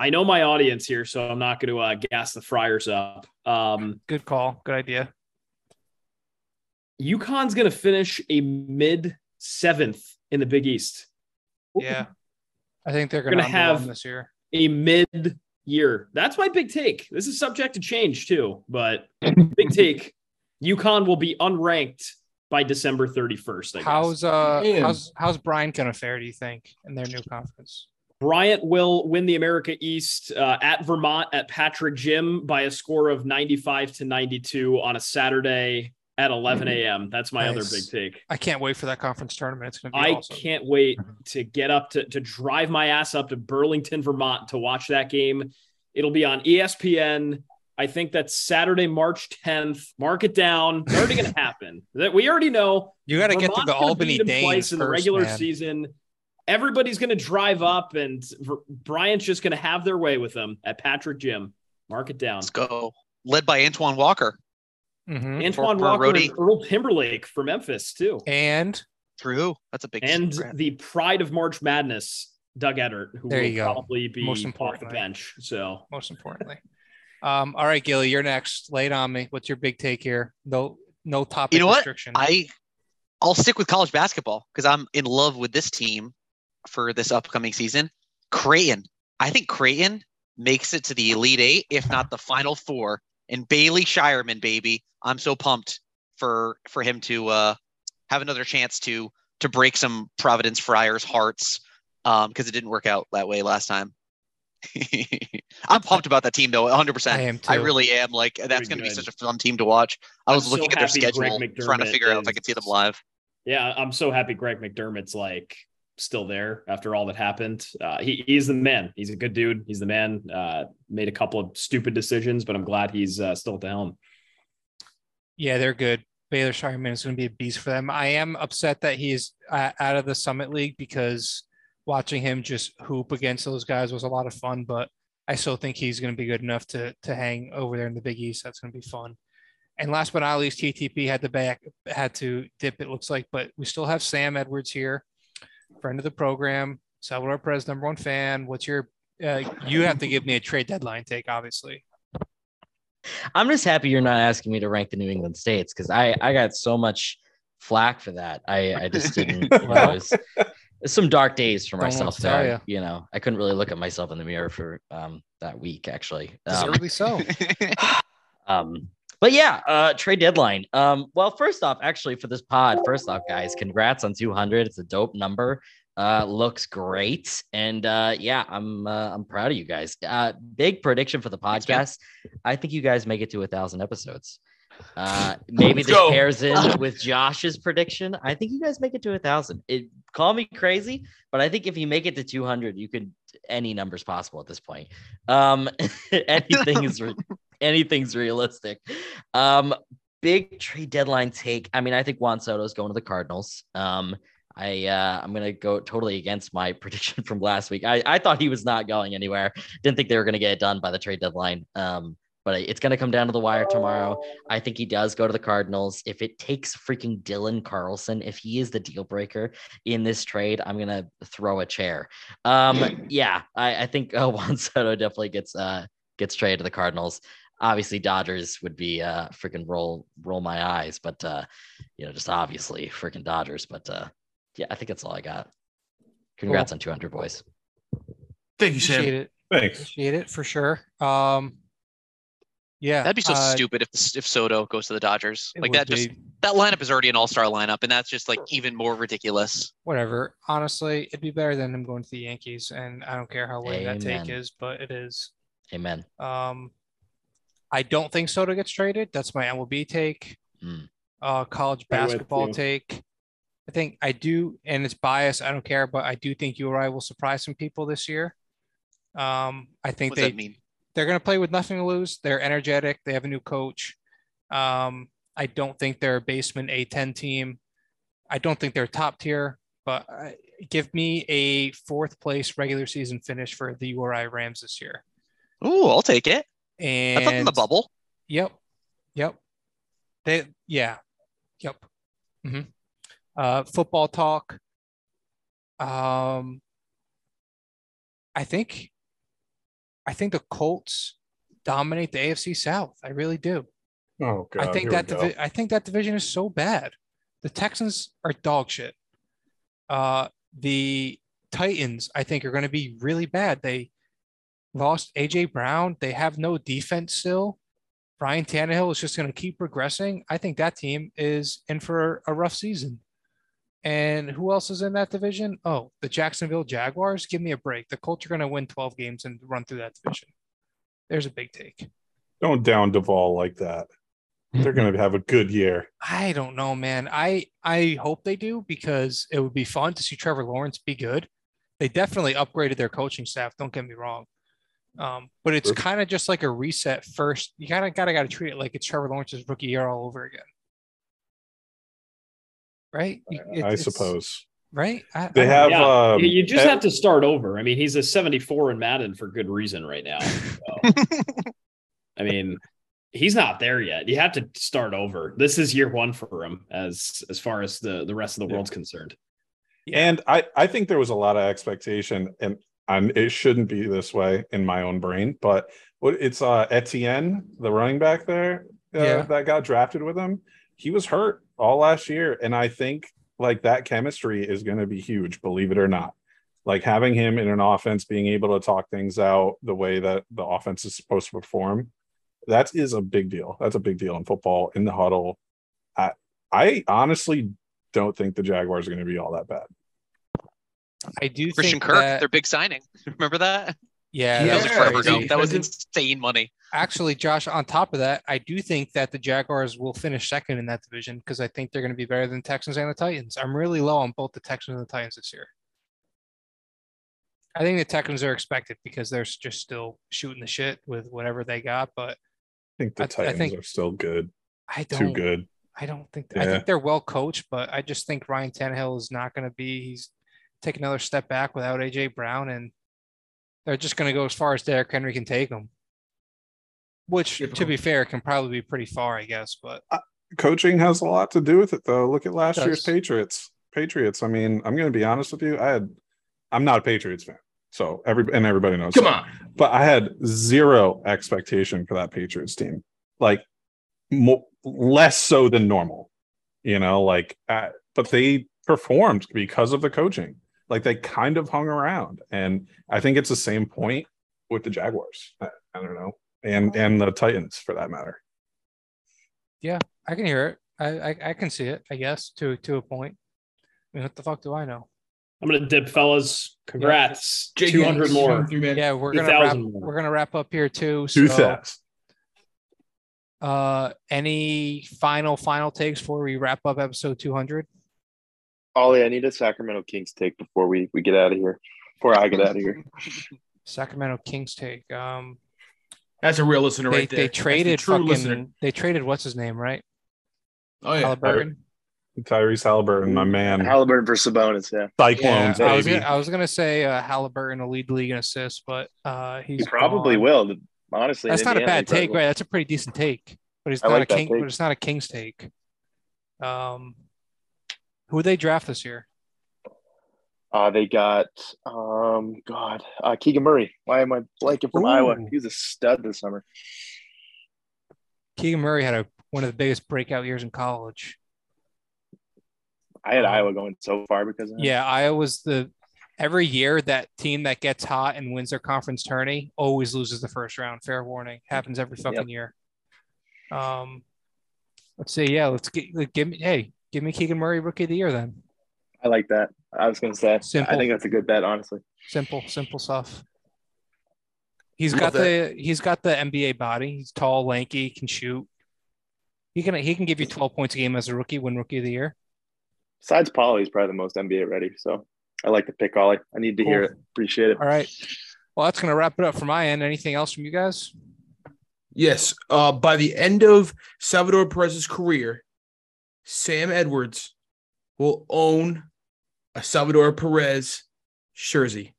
M: I know my audience here, so I'm not going to uh, gas the Friars up. Um,
C: Good call. Good idea.
M: UConn's going to finish a mid seventh in the Big East.
C: Yeah. I think they're
M: We're
C: going to
M: gonna have-
C: have this year.
M: a mid year. That's my big take. This is subject to change too, but big take. UConn will be unranked by December 31st. I guess.
C: How's uh
M: Man.
C: how's how's Brian gonna fare? Do you think in their new conference?
M: Bryant will win the America East uh, at Vermont at Patrick Gym by a score of 95 to 92 on a Saturday at 11 a.m. That's my other big
C: Nice.
M: take.
C: I can't wait for that conference tournament. It's gonna be
M: I
C: awesome.
M: can't wait to get up to, to drive my ass up to Burlington, Vermont to watch that game. It'll be on E ESPN. I think that's Saturday, March 10th. Mark it down. It's already going to happen. That we already know.
C: You gotta get through
M: Vermont's
C: the
M: gonna
C: Albany
M: beat 'em
C: Danes
M: twice in the
C: first,
M: regular
C: man.
M: season. Everybody's going to drive up, and Ver- Bryant's just going to have their way with them at Patrick Gym. Mark it down. Let's
E: go. Led by Antoine Walker.
C: Mhm.
M: Antoine
E: Former
M: Walker
E: Rhodey.
M: and Earl Timberlake from Memphis too.
C: And
E: True. That's a big
M: and the pride of March Madness, Doug Eddard, who
C: There
M: will
C: you go.
M: probably be
C: Most
M: off the
C: importantly.
M: bench. So
C: most importantly. Um, all right, Gilly, you're next. Lay it on me. What's your big take here? No, no topic
E: You know what?
C: restriction.
E: I I'll stick with college basketball because I'm in love with this team for this upcoming season. Creighton. I think Creighton makes it to the Elite Eight, if not the Final Four. And Bailey Shireman, baby, I'm so pumped for for him to uh, have another chance to to um, break some Providence Friars' hearts because it didn't work out that way last time. I'm pumped about that team though, 100. percent
C: I am,
E: I
C: too.
E: really am. Like that's going to be such a fun team to watch. I
M: I'm
E: was looking
M: so
E: at their
M: happy Greg
E: schedule, trying to
M: McDermott
E: figure out if I could see them live.
M: Yeah, I'm so happy Greg McDermott's like still there after all that happened. Uh, he he's the man. He's a good dude. He's the man. Uh, made a couple of stupid decisions, but I'm glad he's uh, still at the helm.
C: Yeah, they're good. Baylor Shireman is going to be a beast for them. I am upset that he is uh, out of the Summit League because watching him just hoop against those guys was a lot of fun. But I still think he's going to be good enough to to hang over there in the Big East. That's going to be fun. And last but not least, TTP had to back had to dip. It looks like, but we still have Sam Edwards here, friend of the program, Salvador Perez, number one fan. What's your? Uh, you have to give me a trade deadline take, obviously.
O: I'm just happy you're not asking me to rank the New England states because I I got so much flack for that. I I just didn't. you know, it was- it's some dark days for
C: Don't want
O: myself
C: to tell
O: there.
C: ya.
O: You know, I couldn't really look at myself in the mirror for um that week actually. Um,
C: Deservedly so.
O: um, but yeah, uh, trade deadline. Um, well, first off, actually, for this pod, first off, guys, congrats on 200. It's a dope number. Uh, looks great, and uh, yeah, I'm uh, I'm proud of you guys. Uh, big prediction for the podcast. I think you guys make it to a thousand episodes. Uh, maybe
E: Let's
O: this
E: go.
O: pairs in with Josh's prediction. I think you guys make it to a thousand. It call me crazy, but I think if you make it to 200, you could any numbers possible at this point. Um, anything is re- anything's realistic. Um, big trade deadline take. I mean, I think Juan Soto's going to the Cardinals. Um, I uh, I'm gonna go totally against my prediction from last week. I, I thought he was not going anywhere. Didn't think they were gonna get it done by the trade deadline. Um, but it's gonna come down to the wire tomorrow. I think he does go to the Cardinals. If it takes freaking Dylan Carlson, if he is the deal breaker in this trade, I'm gonna throw a chair. Um, yeah, I, I think uh, Juan Soto definitely gets uh gets traded to the Cardinals. Obviously, Dodgers would be uh freaking roll roll my eyes, but uh, you know, just obviously freaking Dodgers. But uh, yeah, I think that's all I got. Congrats
C: Cool.
O: on 200, boys.
D: Thank you,
C: Appreciate
D: Sam.
C: it. Appreciate it for sure. Um, yeah,
E: That'd be so
C: uh,
E: stupid if if Soto goes to the Dodgers.
C: It
E: Like
C: would
E: that just
C: be.
E: that lineup is already an all star lineup, and that's just like even more ridiculous.
C: Whatever. Honestly, it'd be better than him going to the Yankees, and I don't care how late that take
O: Amen.
C: is, but it is.
O: Amen.
C: Um, I don't think Soto gets traded. That's my MLB take.
E: Hmm.
O: Mm.
C: Uh, college
M: I'm with
C: basketball
M: you.
C: take. I think I do, and it's biased. I don't care, but I do think URI will surprise some people this year. Um, I think
E: What
C: they
E: does that mean?
C: they're going to play with nothing to lose. They're energetic. They have a new coach. Um, I don't think they're a basement A10 team. I don't think they're top tier, but I, give me a fourth place regular season finish for the URI Rams this year.
E: Ooh, I'll take it.
C: And
E: That's up in the bubble.
C: Yep. Yep. They yeah. Yep. hmm Uh, football talk. Um, I think, I think the Colts dominate the AFC South. I really do.
F: Oh god.
C: I think
F: here
C: that
F: we go.
C: divi- I think that division is so bad. The Texans are dog shit. Uh, the Titans, I think, are going to be really bad. They lost AJ Brown. They have no defense still. Brian Tannehill is just going to keep regressing. I think that team is in for a rough season. And who else is in that division? Oh, the Jacksonville Jaguars. Give me a break. The Colts are going to win 12 games and run through that division. There's a big take.
F: Don't down Duvall like that. They're gonna have a good year.
C: I don't know, man. I I hope they do because it would be fun to see Trevor Lawrence be good. They definitely upgraded their coaching staff. Don't get me wrong, um, but it's
F: Sure.
C: kind of just like a reset. First, you gotta gotta gotta treat it like it's Trevor Lawrence's rookie year all over again, right? You- it-
F: I
C: it's-
F: suppose.
C: right? I,
F: They
C: I-
F: have
M: Yeah,
F: um,
M: you- you just
F: e-
M: have to start over. I mean, he's a 74 in Madden for good reason right now. so. I mean, he's not there yet. You have to start over. This is year one for him, as as far as the the rest of the
F: Yeah.
M: world's concerned.
F: And I, I think there was a lot of expectation, and I'm, it shouldn't be this way in my own brain, but what it's uh, Etienne, the running back there uh,
C: Yeah.
F: that got drafted with him. He was hurt all last year, and I think like that chemistry is going to be huge, believe it or not. Like having him in an offense, being able to talk things out the way that the offense is supposed to perform, that is a big deal. That's a big deal in football, in the huddle. I, I honestly don't think the Jaguars are going to be all that bad.
C: I do
E: Christian
C: think
E: Kirk,
C: that-
E: their big signing. Remember that?
C: Yeah,
E: that was
C: that's
E: forever
C: crazy.
E: ago. That was insane money.
C: Actually, Josh, on top of that, I do think that the Jaguars will finish second in that division because I think they're going to be better than Texans and the Titans. I'm really low on both the Texans and the Titans this year. I think the Texans are expected because they're s- just still shooting the shit with whatever they got, but
F: I think the
C: I- I
F: Titans
C: think-
F: are still good.
C: I
F: Too
C: don't-
F: good.
C: I don't think
F: Yeah.
C: I think they're well coached, but I just think Ryan Tannehill is not going to be. He's take another step back without AJ Brown, and they're just going to go as far as Derrick Henry can take them. Which, to be fair, can probably be pretty far, I guess. But
F: Coaching has a lot to do with it, though. Look at last
C: It
F: year's
C: does.
F: Patriots. Patriots. I mean, I'm going to be honest with you. I had, I'm not a Patriots fan, so every and everybody knows.
G: Come
F: that.
G: on.
F: but I had zero expectation for that Patriots team. Like, mo- less so than normal. You know, like, I, but they performed because of the coaching. Like they kind of hung around, and I think it's the same point with the Jaguars. I, I don't know, and and the Titans for that matter.
C: yeah, I can hear it. I, I I can see it. I guess to to a point. I mean, what the fuck do I know?
M: I'm gonna dip, fellas. Congrats.
C: Jake,
M: Two hundred
C: yeah,
M: more.
C: come through, Yeah, we're gonna
M: 2,000
C: wrap,
M: more.
C: we're gonna wrap up here too.
F: Two
C: so,
F: thefts.
C: Uh, any final final takes before we wrap up episode 200?
B: Ollie, I need a Sacramento Kings take before we, we get out of here. Before I get out of here.
C: Sacramento Kings take. Um,
D: That's a real listener
C: they,
D: right there.
C: They
D: That's the
C: traded
D: true
C: fucking,
D: listener.
C: They traded what's his name, right?
D: Oh yeah.
C: Halliburton.
F: Tyrese Halliburton, my man.
B: Halliburton for Sabonis, yeah.
F: Cyclones,
C: I was
F: baby.
C: gonna, I was gonna say uh, Halliburton will lead the league in assists, but uh, he's
B: He probably
C: gone.
B: will. Honestly,
C: That's
B: in
C: not a
B: Indiana,
C: bad
B: he probably
C: take,
B: will.
C: right? That's a pretty decent take, but it's
B: I
C: not
B: like
C: a
B: that
C: king.
B: take.
C: But it's not a Kings take. Um, who would they draft this year?
B: Uh, they got um God, uh, Keegan Murray. Why am I blanking from Iowa? He was a stud this summer.
C: Keegan Murray had a, one of the biggest breakout years in college.
B: I had Iowa going so far because of him.
C: Yeah, Iowa's the every year that team that gets hot and wins their conference tourney always loses the first round. Fair warning, happens every fucking year. Um, let's see. Yeah, let's get like, give me. Hey, give me Keegan Murray rookie of the year then.
B: I like that. I was gonna say I
C: Simple.
B: think that's a good bet, honestly.
C: Simple, simple stuff. He's
B: Love
C: got the he's got the NBA body. He's tall, lanky, can shoot. He can he can give you twelve points a game as a rookie, win rookie of the year.
B: Besides Polly, he's probably the most NBA ready. So I like the pick Ollie. I need to hear it.
C: Cool.
B: Appreciate it.
C: All right. Well, that's gonna wrap it up for my end. Anything else from you guys?
D: Yes. Uh, by the end of Salvador Perez's career, Sam Edwards will own a Salvador Perez jersey.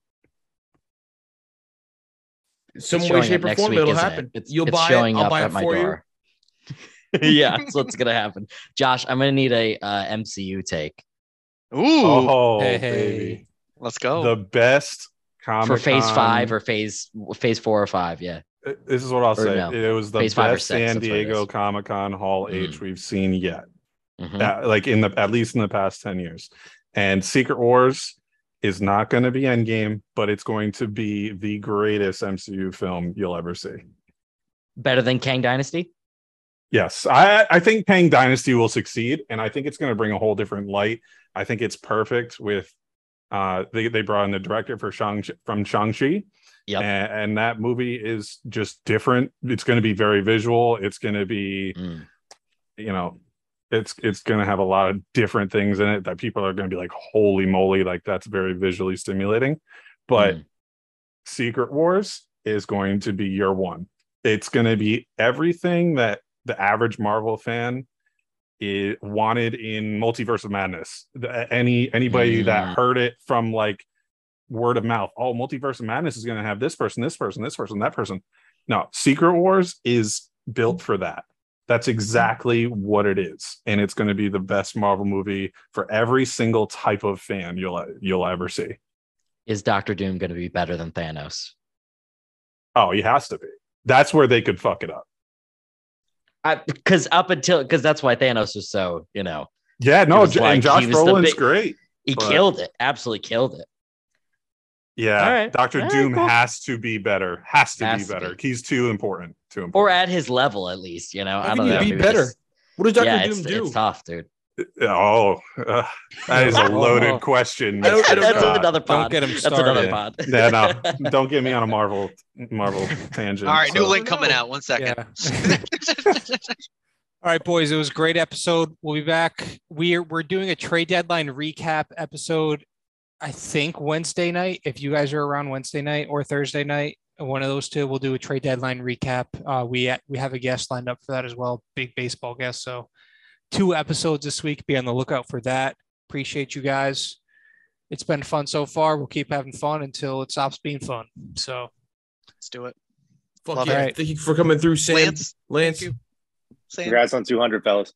D: In some
O: It's
D: way,
O: showing
D: shape,
O: up
D: or
O: next
D: form,
O: week,
D: it'll
O: isn't
D: happen.
O: It? It's,
D: You'll
O: it's
D: buy
O: showing
D: it. I'll
O: up
D: buy
O: at
D: it
O: my
D: for you.
O: door. yeah, that's what's gonna happen. Josh, I'm gonna need a uh, MCU take.
E: Ooh.
F: Oh, baby.
E: Let's go.
F: The best comic
O: for phase five or phase phase four or five. Yeah.
F: Uh, This is what I'll
O: Or
F: say.
O: no,
F: It was the
O: phase five or
F: best
O: six,
F: San
O: that's what it
F: Diego
O: is.
F: Comic Con Hall H we've seen yet.
O: Mhm.
F: That- like in the at least in the past 10 years. And Secret Wars is not going to be Endgame, but it's going to be the greatest MCU film you'll ever see.
O: Better than Kang Dynasty.
F: Yes, I I think Kang Dynasty will succeed, and I think it's going to bring a whole different light. I think it's perfect with uh they they brought in the director for Shang from Shang Chi,
O: yeah,
F: and, and that movie is just different. It's going to be very visual. It's going to be, you know, it's it's going to have a lot of different things in it that people are going to be like, holy moly, like that's very visually stimulating. But Secret Wars is going to be your one. It's going to be everything that the average Marvel fan i- wanted in Multiverse of Madness. The- any anybody that heard it from like word of mouth, oh, Multiverse of Madness is going to have this person, this person, this person, that person. No, Secret Wars is built for that. That's exactly what it is, and it's going to be the best Marvel movie for every single type of fan you'll you'll ever see.
O: Is Doctor Doom gonna be better than Thanos?
F: Oh, he has to be. That's where they could fuck it up.
O: Because up until because that's why Thanos was so you know
F: Yeah,
O: It
F: no,
O: was
F: J-
O: like,
F: and Josh
O: he was the
F: Brolin's
O: big-
F: great.
O: he
F: but-
O: killed it absolutely killed it.
F: Yeah,
O: All right.
F: Doctor
O: All right,
F: Doom
O: cool.
F: has to be better. Has to
O: Has
F: be
O: to
F: better. He's too important. Too important.
O: or at his level at least. You know, I,
D: How can
O: don't
D: you
O: know.
D: be
O: maybe
D: better?
O: just-
D: What does Doctor
O: yeah,
D: Doom
O: it's,
D: do?
O: It's tough, dude.
F: Oh, uh, that is a loaded question.
O: I don't- I don't That's
F: Mr.
O: another
F: Scott.
O: pod. Don't get him That's another started. pod.
F: Yeah, no, don't get me on a Marvel Marvel tangent.
E: All right, new
F: so-
E: link coming out. One second.
C: All right, boys, it was a great episode. We'll be back. We're we're doing a trade deadline recap episode, I think Wednesday night. If you guys are around Wednesday night or Thursday night, one of those two, we'll do a trade deadline recap. Uh, we we have a guest lined up for that as well, big baseball guest. So two episodes this week. Be on the lookout for that. Appreciate you guys. It's been fun so far. We'll keep having fun until it stops being fun. So
E: Let's do it.
K: Fuck
C: Love
K: yeah.
C: it.
K: Thank you for coming through, Sam. Lance.
B: Congrats on 200, fellas.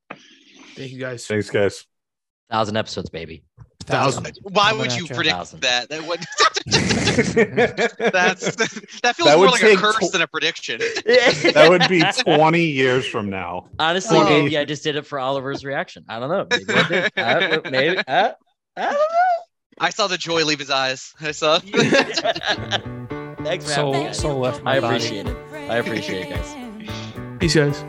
K: Thank you guys.
F: Thanks, guys.
O: Thousand episodes, baby.
K: Thousand.
E: Why would you predict that? That would. That's that feels
F: That
E: more
F: would
E: like a
F: take
E: curse
F: tw-
E: than a prediction.
F: that would be 20 years from now.
O: Honestly,
F: 20
O: maybe I just did it for Oliver's reaction. I don't know. Maybe I did. I- maybe- uh, I- I don't know.
E: I saw the joy leave his eyes. I saw.
O: Thanks, man.
E: Soul-
O: Guys.
E: soul left
O: I
E: my body.
O: appreciate it. I appreciate it, guys.
K: Peace, guys.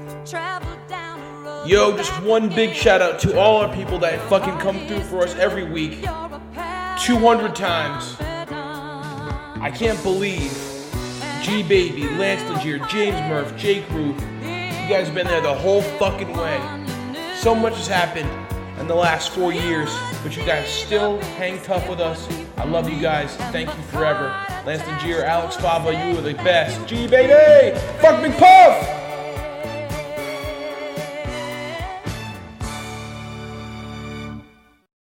D: Yo, just one big shout out to all our people that fucking come through for us every week. 200 times. I can't believe G Baby, Lance Legier, James Murph, Jake Roof. You guys have been there the whole fucking way. So much has happened in the last four years, but you guys still hang tough with us. I love you guys. Thank you forever. Lance Legier, Alex Fava, you are the best. G Baby, fuck McPuff!